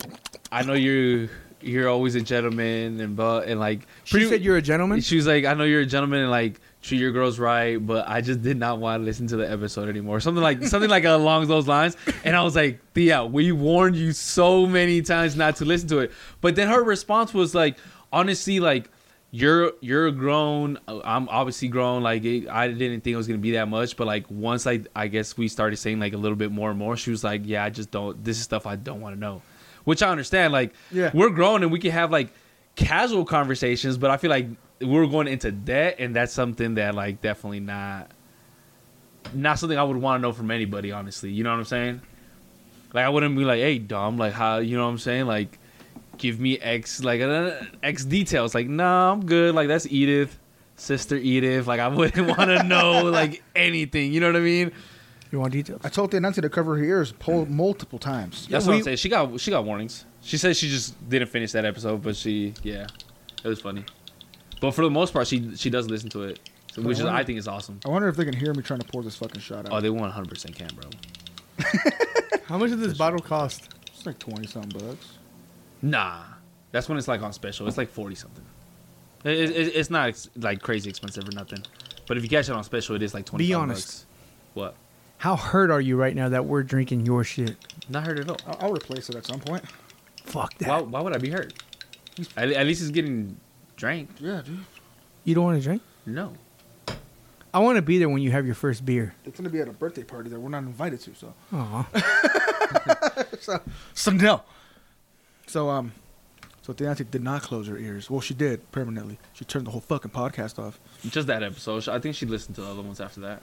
"I know you, you're always a gentleman," and but and like
She said you're a gentleman.
She was like, "I know you're a gentleman and like treat your girls right," but I just did not want to listen to the episode anymore. Something like something like along those lines. And I was like, "Thea, we warned you so many times not to listen to it." But then her response was like, "Honestly, like." You're you're grown. I'm obviously grown. Like it, I didn't think it was gonna be that much, but like once I I guess we started saying like a little bit more and more, she was like, yeah, I just don't. This is stuff I don't want to know, which I understand. Like
Yeah.
we're grown and we can have like casual conversations, but I feel like we're going into debt, and that's something that like definitely not not something I would want to know from anybody, honestly. You know what I'm saying? Like I wouldn't be like, hey Dom, like how you know what I'm saying? Like give me X like uh, X details. Like, nah, I'm good. Like that's Edith, sister Edith. Like I wouldn't want to know like anything. You know what I mean?
you want details?
I told Nancy to cover her ears pol- multiple times.
That's
Yeah,
what
we-
I'm saying. She got she got warnings. She said she just didn't finish that episode, but she yeah, it was funny. But for the most part, she she does listen to it, so- which is, I think is awesome.
I wonder if they can hear me trying to pour this fucking shot out.
Oh, they 100 percent can, bro.
How much does this bottle cost?
it's like twenty something bucks.
Nah, that's when it's like on special. It's like 40 something. It, it, it- it's not ex- like crazy expensive or nothing. But if you catch it on special, it is like 20.
honest.
What?
How hurt are you right now that we're drinking your shit?
Not hurt at all.
I'll, I'll replace it at some point.
Fuck that.
Why, why would I be hurt? At, at least it's getting drank.
Yeah, dude.
You don't want to drink?
No.
I want to be there when you have your first beer.
It's gonna be at a birthday party that we're not invited to. So,
Aw.
so, so no. So um, so Nancy did not close her ears. Well, she did permanently. She turned the whole fucking podcast off.
Just that episode. I think she listened to the other ones after that.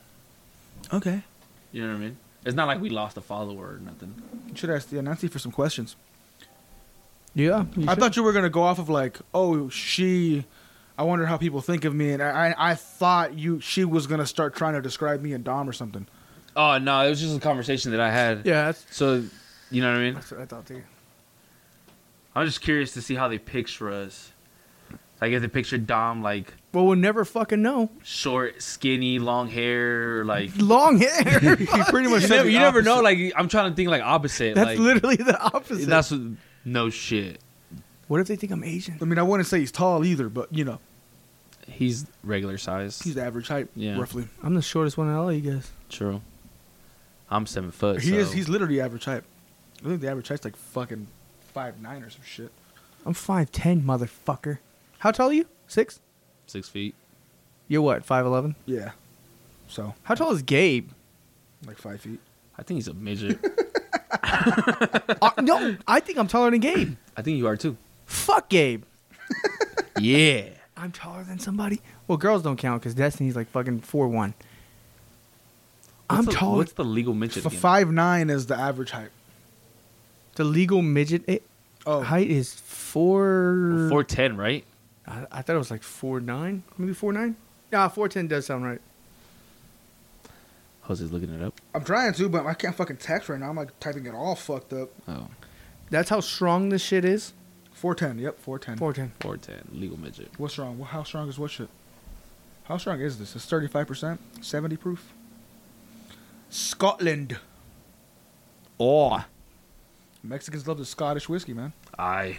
Okay.
You know what I mean? It's not like we lost a follower or nothing.
You should ask the Nancy for some questions.
Yeah. you
I
should.
thought you were gonna go off of like, oh, she. I wonder how people think of me, and I, I, I thought you she was gonna start trying to describe me and Dom or something.
Oh no, it was just a conversation that I had.
Yeah, that's,
So, you know what I mean?
that's what I thought too.
I'm just curious to see how they picture us. Like if they picture Dom like
Well, we'll never fucking know.
short, skinny, long hair, like
Long hair.
He pretty much
you
said
never,
the
you never know.
opposite.
Like I'm trying to think like opposite.
that's
like
literally the opposite.
that's no shit.
what if they think I'm Asian?
I mean, I wouldn't say he's tall either, but you know,
He's regular size.
he's average height,
Yeah.
roughly.
I'm the shortest one out of all you guys.
True. I'm seven foot.
He
so-
is. He's literally average height. I think the average height's like fucking five nine or some shit.
I'm 5'10, motherfucker. How tall are you? Six?
six feet.
You're what, 5'11?
Yeah. So
How tall is Gabe?
like five feet.
I think he's a midget.
Uh, no, I think I'm taller than Gabe.
I think you are too.
Fuck Gabe.
Yeah.
I'm taller than somebody. Well, girls don't count because Destiny's like fucking 4'1. I'm
What's the-
taller.
What's the legal midget?
So
again?
five nine is the average height.
The legal midget i
Oh,
height is four.
Four ten, right?
I, I thought it was like four nine, maybe four nine. Nah, four ten does sound right.
Jose's looking it up.
I'm trying to, but I can't fucking text right now. I'm like typing it all fucked up.
Oh.
That's how strong this shit is.
Four ten. Yep, four ten.
Four ten.
Four ten. Legal midget.
What's wrong? Well, How strong is what shit? How strong is this? It's thirty five percent, seventy proof. Scotland.
Oh.
Mexicans love the Scottish whiskey, man.
I.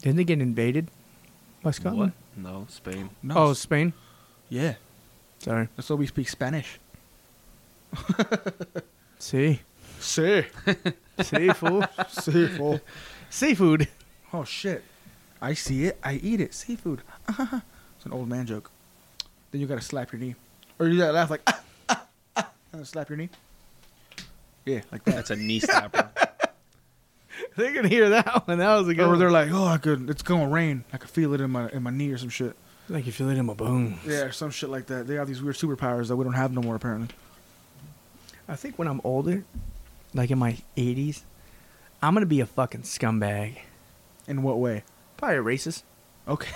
Didn't they get invaded by Scotland?
What? No, Spain.
No.
Oh, Spain.
yeah.
Sorry.
That's why we speak Spanish.
See,
See.
seafood.
Seafood.
Seafood.
Oh shit. I see it. I eat it. Seafood. it's an old man joke. Then you gotta slap your knee, or you gotta laugh like ah, ah, ah, and then slap your knee. Yeah, like that.
That's a knee slapper.
They're gonna hear that one. That was a good.
or
one.
they're like, oh, I could. It's gonna rain. I could feel it in my in my knee or some shit.
like you feel it in my bones.
Yeah, or some shit like that. They have these weird superpowers that we don't have no more apparently.
I think when I'm older, like in my 80s, I'm gonna be a fucking scumbag.
In what way?
Probably a racist.
Okay.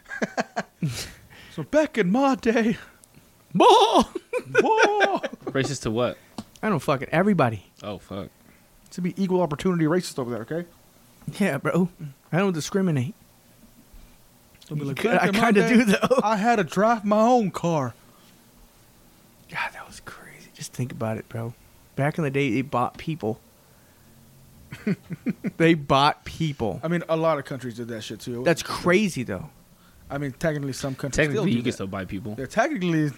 so back in my day,
Bull.
Whoa!
Racist to what?
I don't fucking everybody.
Oh fuck.
to be equal opportunity racist over there, okay?
Yeah, bro. I don't discriminate.
They'll be like,
Could-
"Back
I
in my
kind of
day,
do though.
I had to drive my own car.
God, that was crazy. Just think about it, bro. Back in the day, they bought people. they bought people.
I mean, a lot of countries did that shit too.
That's crazy, though.
I mean, technically, some countries
Technically, you
still do
can
that.
still buy people.
Yeah, technically,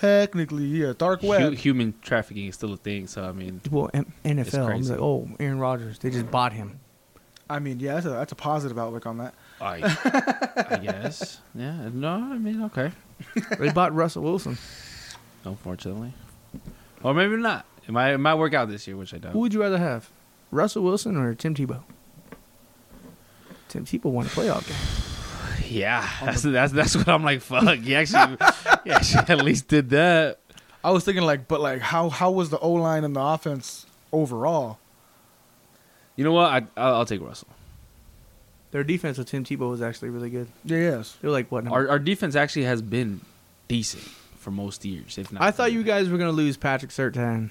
technically, yeah, dark
Hu-
web.
human trafficking is still a thing. So I mean,
Well, M- NFL. I'm
crazy.
like, oh, Aaron Rodgers. They just bought him.
I mean, yeah, that's a, that's a positive outlook on that.
I, I guess. Yeah. No, I mean, okay.
They bought Russell Wilson.
Unfortunately, or maybe not. It might it might work out this year, which I doubt.
Who would you rather have, Russell Wilson or Tim Tebow? Tim Tebow won a playoff game.
Yeah, that's that's that's what I'm like. Fuck, he actually, he actually at least did that.
I was thinking like, but like, how how was the O line and the offense overall?
You know what? I I'll, I'll take Russell.
Their defense with Tim Tebow was actually really good.
Yeah, yes.
They're like what? Number?
Our our defense actually has been decent for most years, if not.
I thought you guys were gonna lose Patrick Sertan.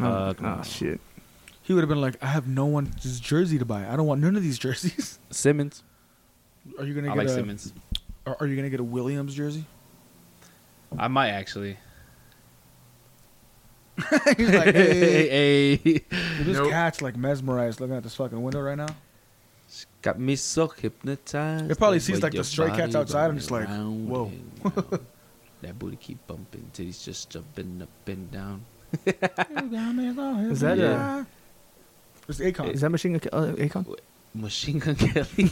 Uh, come
oh
on.
shit.
He would have been like, I have no one's jersey to buy. I don't want none of these jerseys.
Simmons.
Are you gonna
I
get
like
a,
Simmons.
Are, are you gonna get a Williams jersey?
I might actually.
He's like, hey,
hey,
Dude, this cat's like mesmerized looking at this fucking window right now.
got me so hypnotized.
It probably
the
sees,
way
like, the
your
stray cats
body
outside and
round
just like,
and
whoa.
round. that booty keep bumping, titties just jumping up and down.
Is
Is that
Yeah.
a?
It's Akon.
Is that Machine Gun uh, Akon?
Machine Gun Kelly.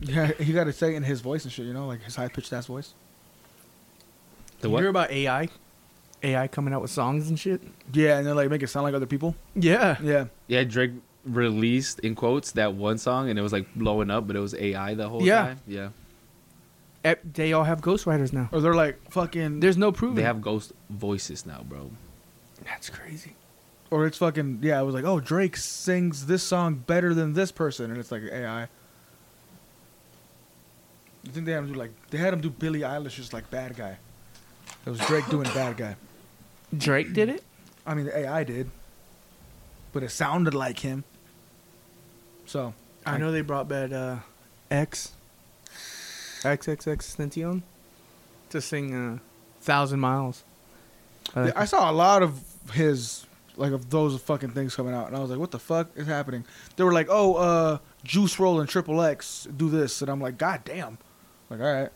yeah, he got to say it in his voice and shit. You know, like his high pitched ass voice.
the
You hear
what?
about AI? AI coming out with songs and shit.
Yeah, and then like make it sound like other people.
Yeah.
Yeah,
Yeah, Drake released in quotes that one song, and it was like blowing up, but it was AI the whole
Yeah.
time. Yeah,
Eh, They all have ghostwriters now.
or they're like fucking.
There's no proof.
they have ghost voices now, bro.
That's crazy.
or it's fucking yeah. It was like, oh, Drake sings this song better than this person, and it's like AI. You think they had him do like they had him do Billie Eilish just like bad guy. It was Drake doing bad guy.
Drake did it.
I mean, the AI did, but it sounded like him. So
I know they brought back uh, X, XXX Station to sing uh, Thousand Miles. Uh, I
Yeah,
like
I
it.
saw a lot of his like of those fucking things coming out, and I was like, "What the fuck is happening?" They were like, "Oh, uh, Juice Roll and Triple X do this," and I'm like, "God damn!" Like, all right,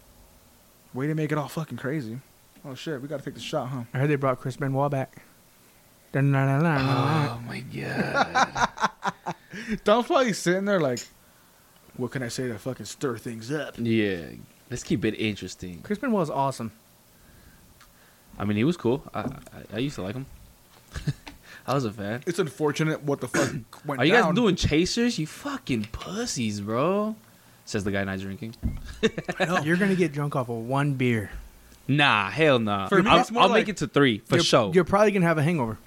way to make it all fucking crazy. Oh shit, we gotta take the shot, huh?
I heard they brought Chris Benoit back. Dun-dun-dun-dun-dun-dun.
Oh my god!
Dom's probably sitting there like, "What can I say to fucking stir things up?"
yeah, let's keep it interesting.
Chris Benoit is awesome.
I mean, he was cool. I I, I used to like him. I was a fan.
It's unfortunate what the fuck went
Are you guys
down.
doing chasers? You fucking pussies, bro. Says the guy not drinking.
You're gonna get drunk off of one beer.
Nah, hell nah.
For me,
I'll,
it's more
I'll
like-
make it to three for
you're,
sure.
You're probably gonna have a hangover.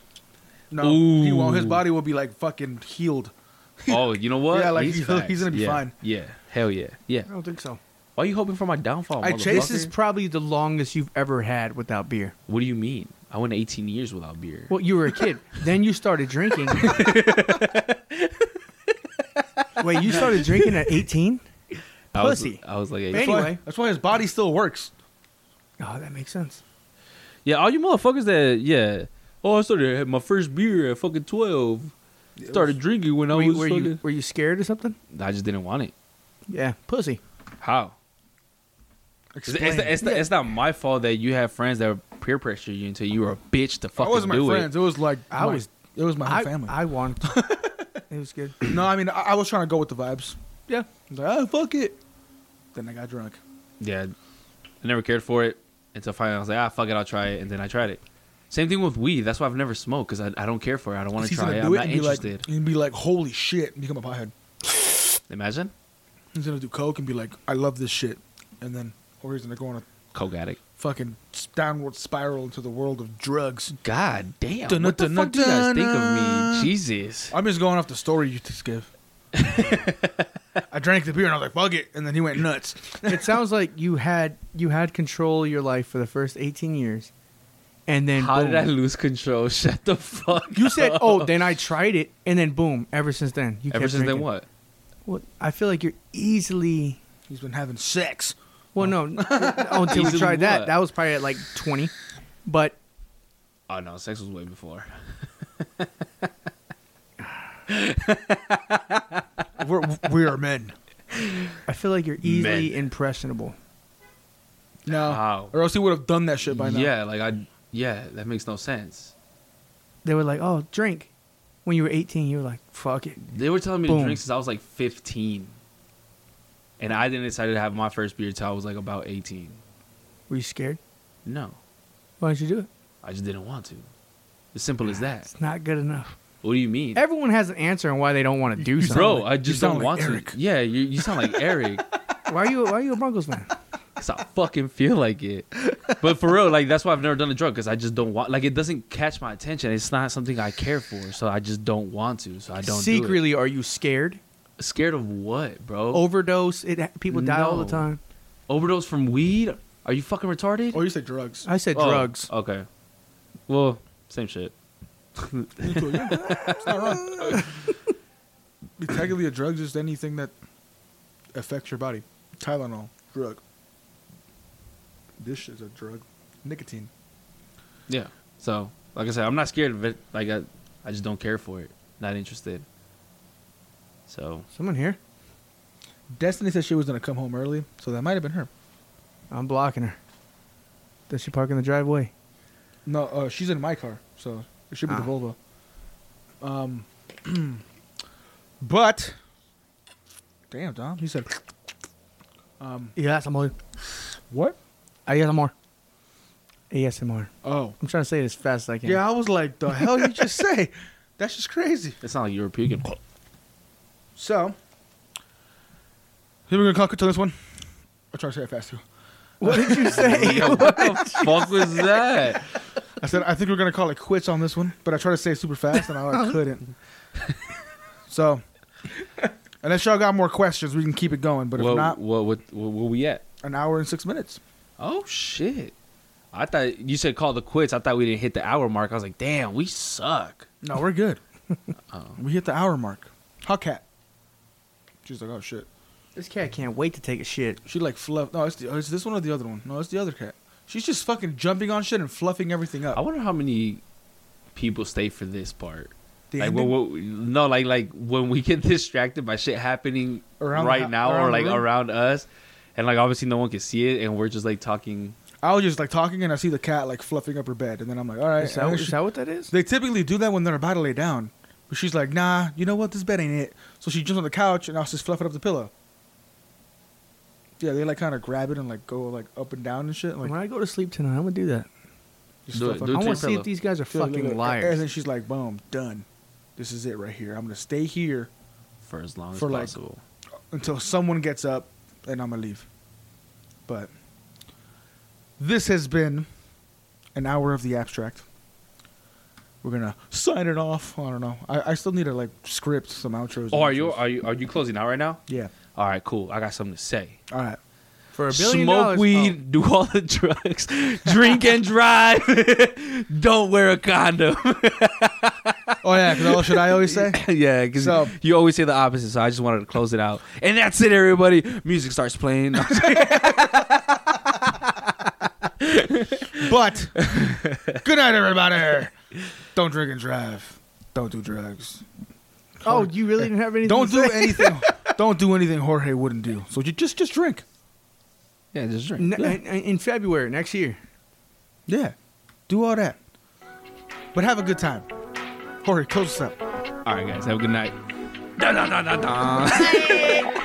No, he
Ooh.
won't. His body will be like fucking healed.
Oh, you know what?
Yeah, like, he's-
facts.
he's gonna be
Yeah,
fine.
Yeah, hell yeah, yeah.
I don't think so.
Why are you hoping for my downfall?
I
This
chased
motherfucker?
is probably the longest you've ever had without beer.
What do you mean? I went 18 years without beer.
Well, you were a kid. then you started drinking. Wait, you started drinking at 18?
I was,
pussy.
I was like, hey,
Man.
That's why-
Anyway.
that's why his body still works.
Oh, that makes sense.
yeah, all you motherfuckers that, yeah. Oh, I started had my first beer at fucking 12. Started drinking when I
Were you,
was
were,
fucking.
you, were you scared or something?
I just didn't want it.
Yeah, pussy.
How? It's, it's,
Explain.
it's, it's not my fault that you have friends that peer pressure you until you were a bitch to fucking
I wasn't my
do
friends.
it.
It was like
I
my-
was-
It was my whole
I,
family.
I wanted. to. it was good.
no, I mean I, I was trying to go with the vibes.
Yeah.
I was like, oh fuck it. Then I got drunk.
Yeah, I never cared for it until finally I was like, ah, fuck it, I'll try it. And then I tried it. Same thing with weed. That's why I've never smoked because I, I don't care for it. I don't want to
He's
try
gonna
it.
do
I'm
it
not
and be like,
interested.
and be like, holy shit, and become a pothead.
Imagine
He's gonna do coke and be like, I love this shit, and then or he's gonna go on a
coke addict.
fucking s- downward spiral into the world of drugs.
God damn.
Dun-
what the
dun-
fuck do you guys
dun-
think of me?
dun.
Jesus.
I'm just going off the story you just give. I drank the beer and I was like, fuck it, and then he went nuts.
It sounds like you had you had control of your life for the first 18 years, and then
How
boom.
did I lose control? Shut the fuck.
You said,
up.
"Oh, then I tried it," and then boom. Ever since then, you
Ever
kept
since
drinking.
then, what?
Well, I feel like you're easily.
He's been having sex.
Well, no, oh, until we
Easily
tried that,
what?
that was probably at like twenty. But
Oh no, sex was way before.
We're, we are men.
I feel like you're easily
Men.
impressionable.
No.
Wow.
Or else he would have done that shit by now.
Yeah, like I. Yeah, that makes no sense.
They were like, "Oh, drink." When you were 18, you were like, "Fuck it."
They were telling me
Boom.
to drink since I was like 15, and I didn't decide to have my first beer till I was like about 18.
Were you scared?
No,
Why didn't you do it?
I just didn't want to. As simple as that.
It's not good enough.
What do you mean?
Everyone has an answer on why they don't want to do something.
Bro,
like-
I
you
just
sound
don't
like
want
Eric.
to. Yeah, you, you sound like Eric.
why are you? Why are you a Broncos fan?
Cause I fucking feel like it. But for real, like that's why I've never done a drug. Cause I just don't want. Like it doesn't catch my attention. It's not something I care for. So I just don't want to. So I don't.
Secretly, are you scared?
do it. scared of what, bro?
Oh.
Overdose. It people die all the
No.
time.
Overdose from weed? Are you fucking retarded?
Or you said Oh, drugs.
I said
Oh,
drugs.
Okay. Well, same shit.
it's not wrong. Technically, a drug is just anything that affects your body. Tylenol, drug. This shit's a drug. Nicotine.
Yeah. So like I said, I'm not scared of it. Like I, I just don't care for it. Not interested. So
Someone here.
Destiny said she was gonna come home early, so that might have been her.
I'm blocking her. Does she park in the driveway?
No, uh, she's in my car, so it should be
Ah.
the Volvo. Um, but damn, Dom, he said, um,
Yes, I'm
what?
ASMR. ASMR.
Oh,
I'm trying to say it as fast as I can.
yeah, I was like, the hell you just say? That's just crazy.
it's not like you're puking.
So, here we're gonna conquer to this one. I'll try to say it fast too.
What did you say?
Yo, what the fuck was that?
I said I think we're gonna call it quits on this one, but I tried to say it super fast and I like, couldn't. so, unless y'all got more questions, we can keep it going. But if
what,
not,
what, what, what, were we at?
an hour and six minutes.
Oh shit! I thought you said call the quits. I thought we didn't hit the hour mark. I was like, damn, we suck.
No, we're good.
Oh.
We hit the hour mark. Hot cat. She's like, oh shit.
This cat can't wait to take a shit.
She like fluff. No, it's, the, oh, it's this one or the other one. No, it's the other cat. She's just fucking jumping on shit and fluffing everything up.
I wonder how many people stay for this part.
The
like
ending?
when, when- no, like like when we get distracted by shit happening
Around the
right
hou-
now
around
or
the
like
room?
around us, and like obviously no one can see it, and we're just like talking.
I was just like talking and I see the cat like fluffing up her bed, and then I'm like, all right.
Is that,
And
what-
she-
is that what that is?
They typically do that when they're about to lay down. But she's like, nah, you know what? This bed ain't it. So she jumps on the couch and I was just fluffing up the pillow. Yeah, they like kind of grab it and like go like up and down and shit. Like,
when I go to sleep tonight, I'm gonna do that.
just
Do it,
fluff up-
do
I
it
want
to your
to see
pillow.
if these guys are fucking
And then
liars.
she's like, boom, done. This is it right here. I'm going to stay here
for as long
For,
as
like,
possible.
until someone gets up and I'm going to leave. But this has been an hour of the abstract. We're going to sign it off. I don't know. I, I still need to like script some outros. and
oh, are you
intros.
are you are you closing out right now?
Yeah.
All right, cool. I got something to say.
All right.
For a billion
Smoke
dollars- Oh.
weed, do all the drugs, drink and drive. Don't wear a condom.
Oh yeah, because all should I always say?
yeah, because
So-
you always say the opposite. So I just wanted to close it out, and that's it, everybody. Music starts playing.
But good night, everybody. Don't drink and drive. Don't do drugs.
Oh, you really didn't have anything?
Don't
to
do
say?
anything. Don't do anything Jorge wouldn't do. So you just just drink.
yeah, just drink.
N- in- in February next year.
Yeah, do all that. But have a good time. Jorge, close us up.
All right, guys, have a good night. Dun, dun, dun, dun, dun.